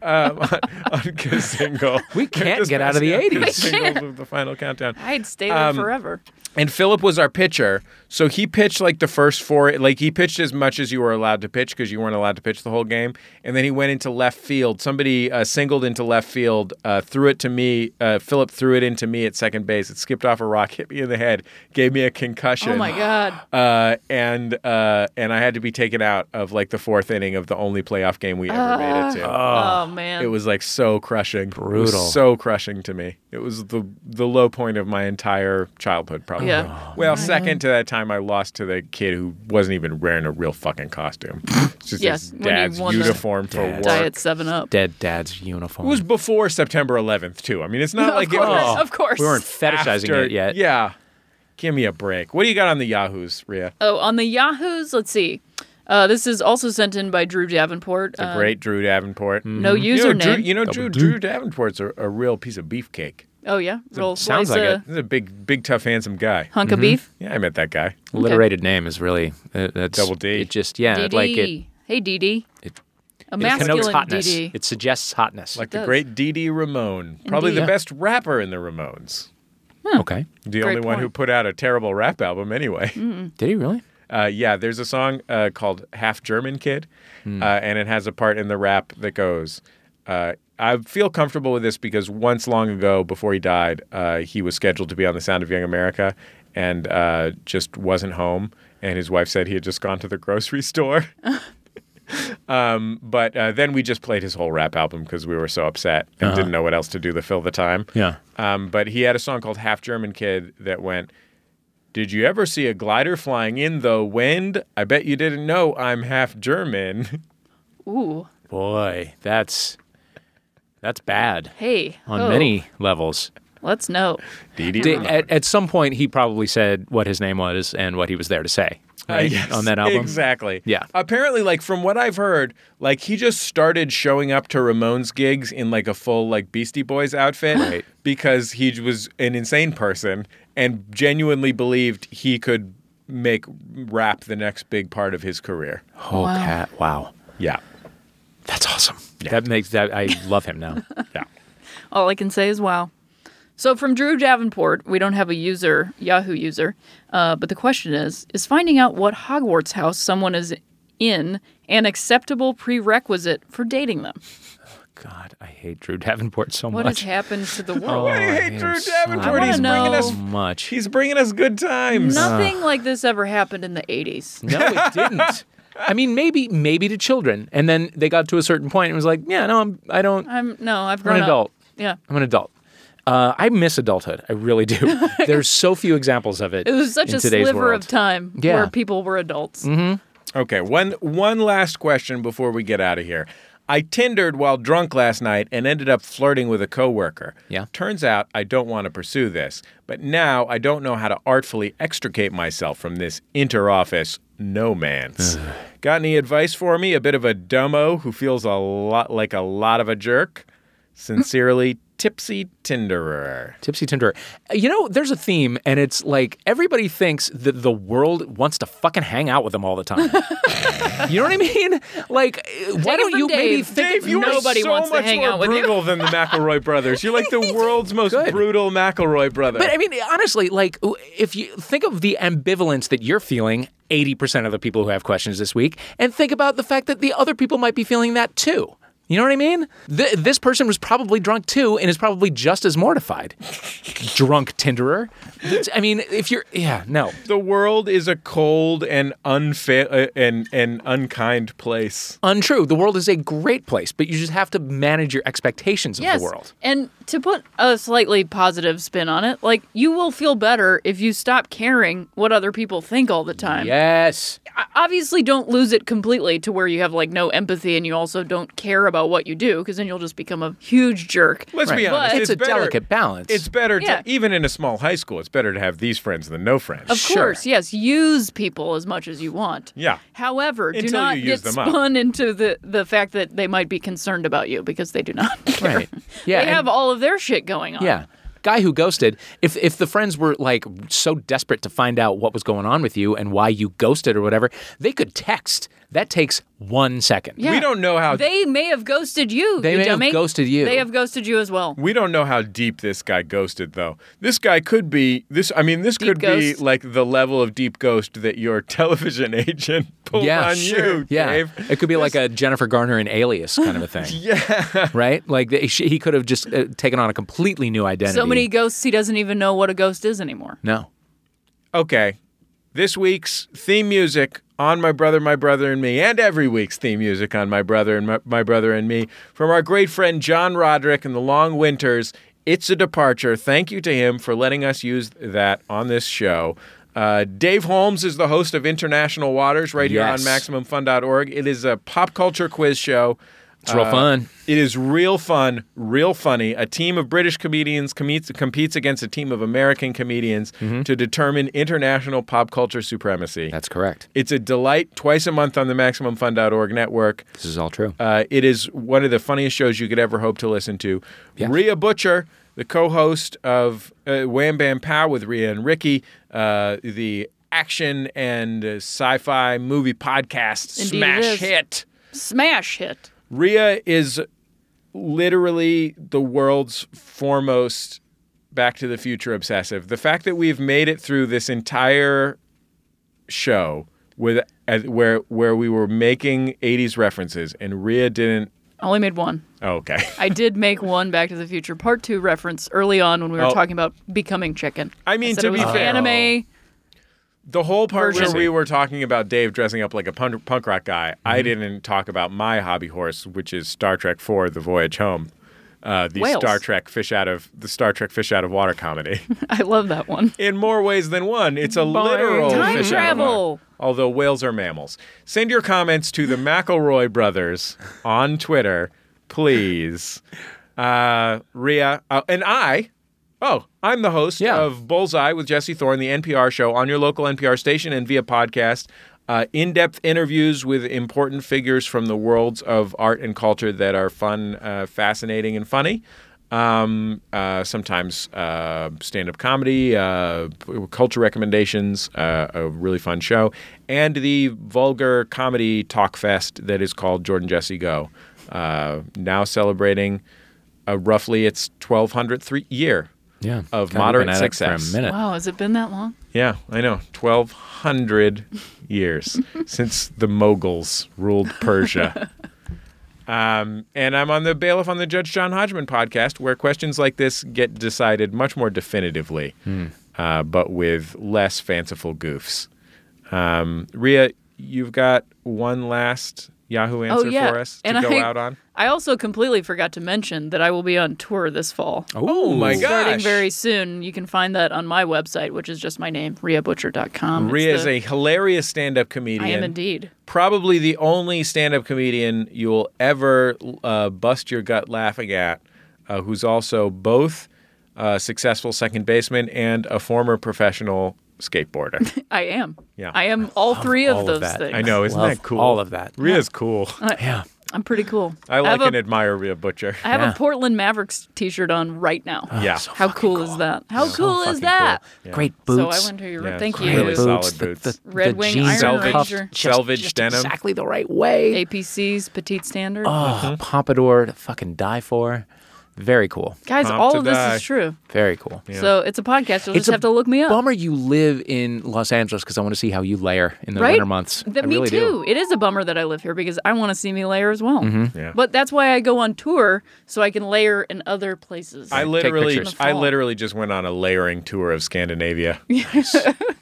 um, on, on Kiss single.
We can't get out of the 80s.
Singles of the final countdown.
I'd stay
Um,
there forever.
And Philip was our pitcher, so he pitched like the first four. Like he pitched as much as you were allowed to pitch because you weren't allowed to pitch the whole game. And then he went into left field. Somebody uh, singled into left field, uh, threw it to me. Uh, Philip threw it into me at second base. It skipped off a rock, hit me in the head, gave me a concussion.
Oh my God.
Uh, and uh, and I had to be taken out of like the fourth inning of the only playoff game we ever made it to.
Oh, man.
It was like so crushing, brutal,
Brutal.
so crushing to me. It was the the low point of my entire childhood, probably.
Oh,
Yeah.
Well, second to that time, I lost to the kid who wasn't even wearing a real fucking costume. It's just
Yes,
his
when he
dad's
won the
uniform for work.
Diet 7 Up.
Dead dad's uniform.
It was before September 11th, too. I mean, it's not like
of course.
it was
Of course.
we weren't Oh, fetishizing
after-
it yet.
Yeah. Give me a break. What do you got on the Yahoos, Ria?
Oh, on the Yahoos, let's see. Uh, this is also sent in by Drew Davenport.
The
Uh,
great Drew Davenport.
Hmm.
No
Mm-hmm.
You know,
username.
Drew, you know Drew, Drew Davenport's a, a real piece of beefcake.
oh, yeah. Real
sounds
slice
like Mm-hmm.
of
He's a big, big, tough, handsome guy.
Hunk of beef.
Yeah, I met that guy.
Alliterated name is really uh, that's
Double D.
It just yeah,
DD.
like it,
hey, DD.
it-
A
it connotes
masculine
hotness.
DD.
It suggests hotness.
Like
does.
the great Dee Dee Ramone, probably the
Yeah.
best rapper in the Ramones.
okay,
The
Great
only one who
point.
put out a terrible rap album, anyway.
did he really?
Uh, yeah, there's a song uh, called Half German Kid, uh, and it has a part in the rap that goes, uh, I feel comfortable with this because once long ago, before he died, uh, he was scheduled to be on The Sound of Young America and uh, just wasn't home. And his wife said he had just gone to the grocery store. um, but uh, then we just played his whole rap album because we were so upset and didn't know what else to do to fill the time.
Yeah.
Um, but he had a song called Half German Kid that went, Did you ever see a glider flying in the wind? I bet you didn't know I'm half German.
Ooh.
Boy, that's that's bad
Hey.
on
ho,
many levels.
Let's know.
Dee Dee
Did-
Ramone.
at, at some point, he probably said what his name was and what he was there to say
Uh,
right?
yes,
on that album.
Exactly.
Yeah.
Apparently, like from what I've heard, like he just started showing up to Ramones gigs in like a full like Beastie Boys outfit
Right.
because he was an insane person and genuinely believed he could make rap the next big part of his career.
Oh, cat! Wow,
Yeah.
that's awesome. That makes that I love him now.
Yeah.
All I can say is wow. So from Drew Davenport, we don't have a user, Yahoo user, uh, but the question is: Is finding out what Hogwarts house someone is in an acceptable prerequisite for dating them?
God, I hate Drew Davenport so
What has
much.
happened to the world?
I
Hey,
hate
Drew
him so
Davenport, he's
I wanna
bringing us
so much.
he's bringing us good times.
Nothing like this ever happened in the '80s.
No, it didn't. I mean, maybe maybe to children, and then they got to a certain point and was like, yeah, no, I'm I don't
I'm no, I've
I'm
grown
an
up.
adult.
Yeah,
I'm an adult. Uh, I miss adulthood. I really do. There's so few examples of it.
it was such
in
a
today's
sliver
world.
of time
Yeah. Mm-hmm.
where people were adults.
Okay, one one last question before we get out of here. I tindered while drunk last night and ended up flirting with a coworker.
Yeah.
Turns out I don't want to pursue this, but now I don't know how to artfully extricate myself from this interoffice no-mance. Got any advice for me? A bit of a dumbo who feels a lot like a lot of a jerk. Sincerely, Tipsy Tinderer.
Tipsy Tinderer. You know, there's a theme, and it's like everybody thinks that the world wants to fucking hang out with them all the time. you know what I mean? Like, why
it
don't
from
you maybe
Dave.
think?
Dave, you
Nobody
are so
wants to
much
hang
more
out with you.
brutal than the McElroy brothers. You're like the world's most
Good.
brutal McElroy brother.
But I mean, honestly, like, w- if you think of the ambivalence that you're feeling, 80% of the people who have questions this week, and think about the fact that the other people might be feeling that too. You know what I mean? Th- this person was probably drunk too and is probably just as mortified. drunk Tinderer. That's- I mean, if you're, yeah, no.
the world is a cold and unfair uh, and and unkind place.
untrue. The world is a great place, but you just have to manage your expectations of
yes.
the world.
And to put a slightly positive spin on it, like you will feel better if you stop caring what other people think all the time.
Yes.
Obviously, don't lose it completely to where you have like no empathy and you also don't care about what you do because then you'll just become a huge jerk.
Let's be
Right.
honest.
But
It's, a
better-
delicate balance.
It's better
Yeah.
to even in a small high school. It's better to have these friends than no friends.
Of
Sure.
course, yes, use people as much as you want.
Yeah.
However, do
Until
not
you use
get
them up.
spun into the, the fact that they might be concerned about you because they do not. Care.
right. Yeah.
they
and-
have all of their shit going on.
yeah. Guy who ghosted, if if the friends were like so desperate to find out what was going on with you and why you ghosted or whatever, they could text. That takes one second.
Yeah.
We don't know how
They may have ghosted you.
They
you
may have
dummy.
ghosted you.
They have ghosted you as well.
we don't know how deep this guy ghosted though. This guy could be this I mean this could
ghost.
be like the level of deep ghost that your television agent pulled
Yeah,
Oh, on
sure.
you,
yeah.
Dave.
It could be like a Jennifer Garner and Alias kind of a thing. yeah. Right? Like they, she, he could have just uh, taken on a completely new identity.
So many ghosts, he doesn't even know what a ghost is anymore.
No.
Okay. This week's theme music on My Brother, My Brother and Me, and every week's theme music on My Brother and My, My Brother and Me from our great friend John Roderick and the Long Winters. It's a departure. Thank you to him for letting us use that on this show. Uh, Dave Holmes is the host of International Waters right here
Yes.
on MaximumFun.org. It is a pop culture quiz show.
It's real fun.
It is real fun, real funny. A team of British comedians competes, competes against a team of American comedians to determine international pop culture supremacy.
That's correct.
it's a delight twice a month on the MaximumFun.org network.
This is all true.
Uh, it is one of the funniest shows you could ever hope to listen to. Rhea Butcher, the co host of uh, Wham Bam Pow with Rhea and Ricky, uh, the action and uh, sci fi movie podcast
Indeed it
smash
is.
hit.
Smash hit.
Rhea is literally the world's foremost Back to the Future obsessive. The fact that we've made it through this entire show with as, where where we were making 80s references and Rhea didn't
I only made one.
oh, okay.
I did make one Back to the Future Part 2 reference early on when we were
Oh.
talking about becoming chicken.
I mean,
said
to
it
be
was
fair-
Anime.
The whole part where
Version.
we were talking about Dave dressing up like a punk, punk rock guy, I didn't talk about my hobby horse, which is Star Trek IV: The Voyage Home, uh, the
Whales.
Star Trek fish out of the Star Trek fish out of water comedy.
I love that one.
in more ways than one. It's a literal
Time
fish out of
travel.
water. Although whales are mammals. Send your comments to the McElroy brothers on Twitter, please. Uh, Rhea uh, and I. Oh, I'm the host
Yeah.
of Bullseye with Jesse Thorne, the NPR show on your local NPR station and via podcast. Uh, in depth interviews with important figures from the worlds of art and culture that are fun, uh, fascinating, and funny um, uh, sometimes uh, stand up comedy, uh, p- culture recommendations, uh, a really fun show, and the vulgar comedy talk fest that is called Jordan Jesse Go. Uh, now celebrating uh, roughly its 1200th re- year
yeah.
of
Kinda
moderate
been at it
success.
For a minute.
Wow, has it been that long?
Yeah, I know. 1200 years since the Moguls ruled Persia. Um, and I'm on the Bailiff on the Judge John Hodgman podcast, where questions like this get decided much more definitively,
Hmm.
uh, but with less fanciful goofs. Um, Rhea, you've got one last Yahoo answer
oh, yeah.
for us to
and
go
I,
out on.
I also completely forgot to mention that I will be on tour this fall.
Oh my gosh!
Starting very soon. You can find that on my website, which is just my name, riabutcher.com.
Rhea
It's
is
the-
a hilarious stand-up comedian.
I am indeed.
probably the only stand-up comedian you will ever uh, bust your gut laughing at, uh, who's also both a successful second baseman and a former professional skateboarder.
I am.
Yeah.
I am all three of
all of
those
that.
things.
I know, isn't
Love
that cool?
all of that.
Rhea's cool.
Yeah.
I'm pretty cool.
I like
have
and
a-
admire Rhea Butcher.
I have
Yeah. Oh,
a Portland Mavericks t-shirt on right now.
yeah.
How cool, is that? How cool is that?
Great
So
boots.
I went to your
Yeah,
thank
it's
you.
really
boots,
solid
the,
boots.
The, the
Red Wing
jeans
Iron
are cuffed
Ranger.
just,
Selvage
just
denim.
exactly the right way.
APC's petite standard.
oh,
Uh-huh.
pompadour to fucking die for. Very cool.
Guys,
Time
all
to
of this
die.
is true.
Very cool.
So it's a podcast. You'll just
a
have to look me up.
Bummer you live in Los Angeles because I want to see how you layer in the
Right?
winter months.
That,
I
me
really
too.
do.
It is a bummer that I live here because I want to see me layer as well.
Mm-hmm.
Yeah.
But that's why I go on tour so I can layer in other places.
I literally,
pictures.
I
Fall.
literally just went on a layering tour of Scandinavia.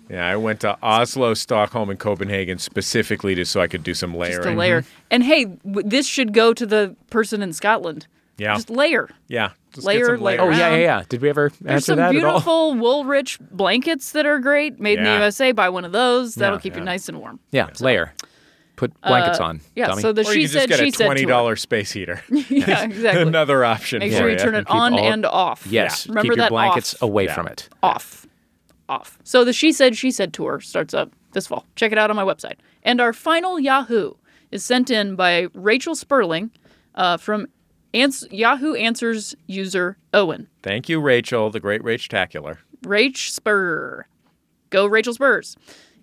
yeah, I went to Oslo, Stockholm, and Copenhagen specifically just so I could do some layering. Mm-hmm.
just to layer. And hey, w- this should go to the person in Scotland.
Yeah.
Just layer.
Yeah, just
Layer,
get some
layer.
layering.
Oh yeah, yeah,
Around.
yeah. Did we ever
Um, There's
answer
some
that at all?
beautiful wool-rich blankets that are great, made in the
Yeah.
USA. Buy one of those. That'll keep
yeah.
you nice and warm.
Yeah, layer. Put blankets on.
Uh, Yeah.
dummy.
So the
Or
she
you could
said
just
she
get a
said
twenty
tour.
dollars space heater.
yeah, exactly.
Another option.
Make
for
sure you
ya.
turn it
keep
on
all-
and off.
yes,
Remember
keep your
that
blankets
off.
away from it.
off. Off. So the She Said, She Said tour starts up this fall. Check it out on my website. And our final Yahoo is sent in by Rachel Sperling uh, from ans- Yahoo Answers user Owen.
Thank you, Rachel, the great Rach Tacular.
Rach Spur. Go Rachel Spurs.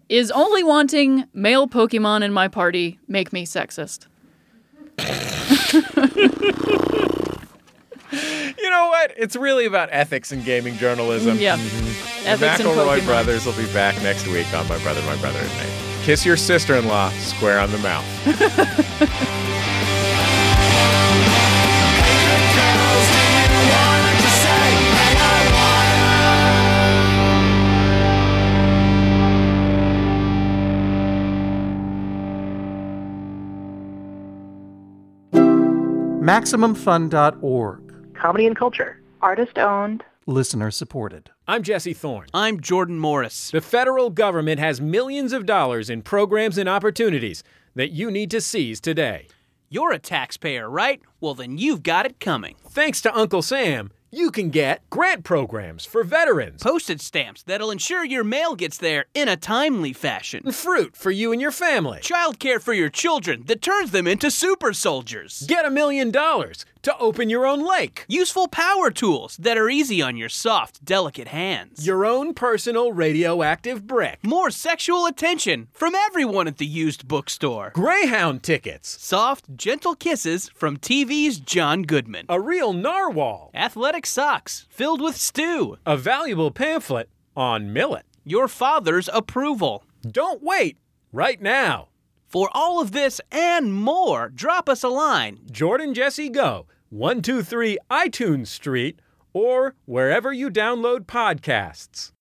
Is only wanting male Pokemon in my party make me sexist?
You know what? It's really about ethics in gaming journalism.
Yeah.
The
Ethics and
McElroy
Pokemon.
brothers will be back next week on My Brother, My Brother and Me. Kiss your sister-in-law square on the mouth.
MaximumFun.org.
comedy and culture. Artist owned.
Listener supported.
I'm Jesse Thorne.
I'm Jordan Morris.
The federal government has millions of dollars in programs and opportunities that you need to seize today.
You're a taxpayer, right? Well, then you've got it coming.
Thanks to Uncle Sam, you can get grant programs for veterans,
Postage stamps that'll ensure your mail gets there in a timely fashion.
fruit for you and your family.
Childcare for your children that turns them into super soldiers.
Get a million dollars to open your own lake.
Useful power tools that are easy on your soft, delicate hands.
Your own personal radioactive brick.
More sexual attention from everyone at the used bookstore.
Greyhound tickets.
Soft, gentle kisses from TV's John Goodman.
A real narwhal.
Athletic socks filled with stew.
A valuable pamphlet on millet.
Your father's approval.
Don't wait. Right now.
For all of this and more, drop us a line.
Jordan Jesse Go, 123 iTunes Street, or wherever you download podcasts.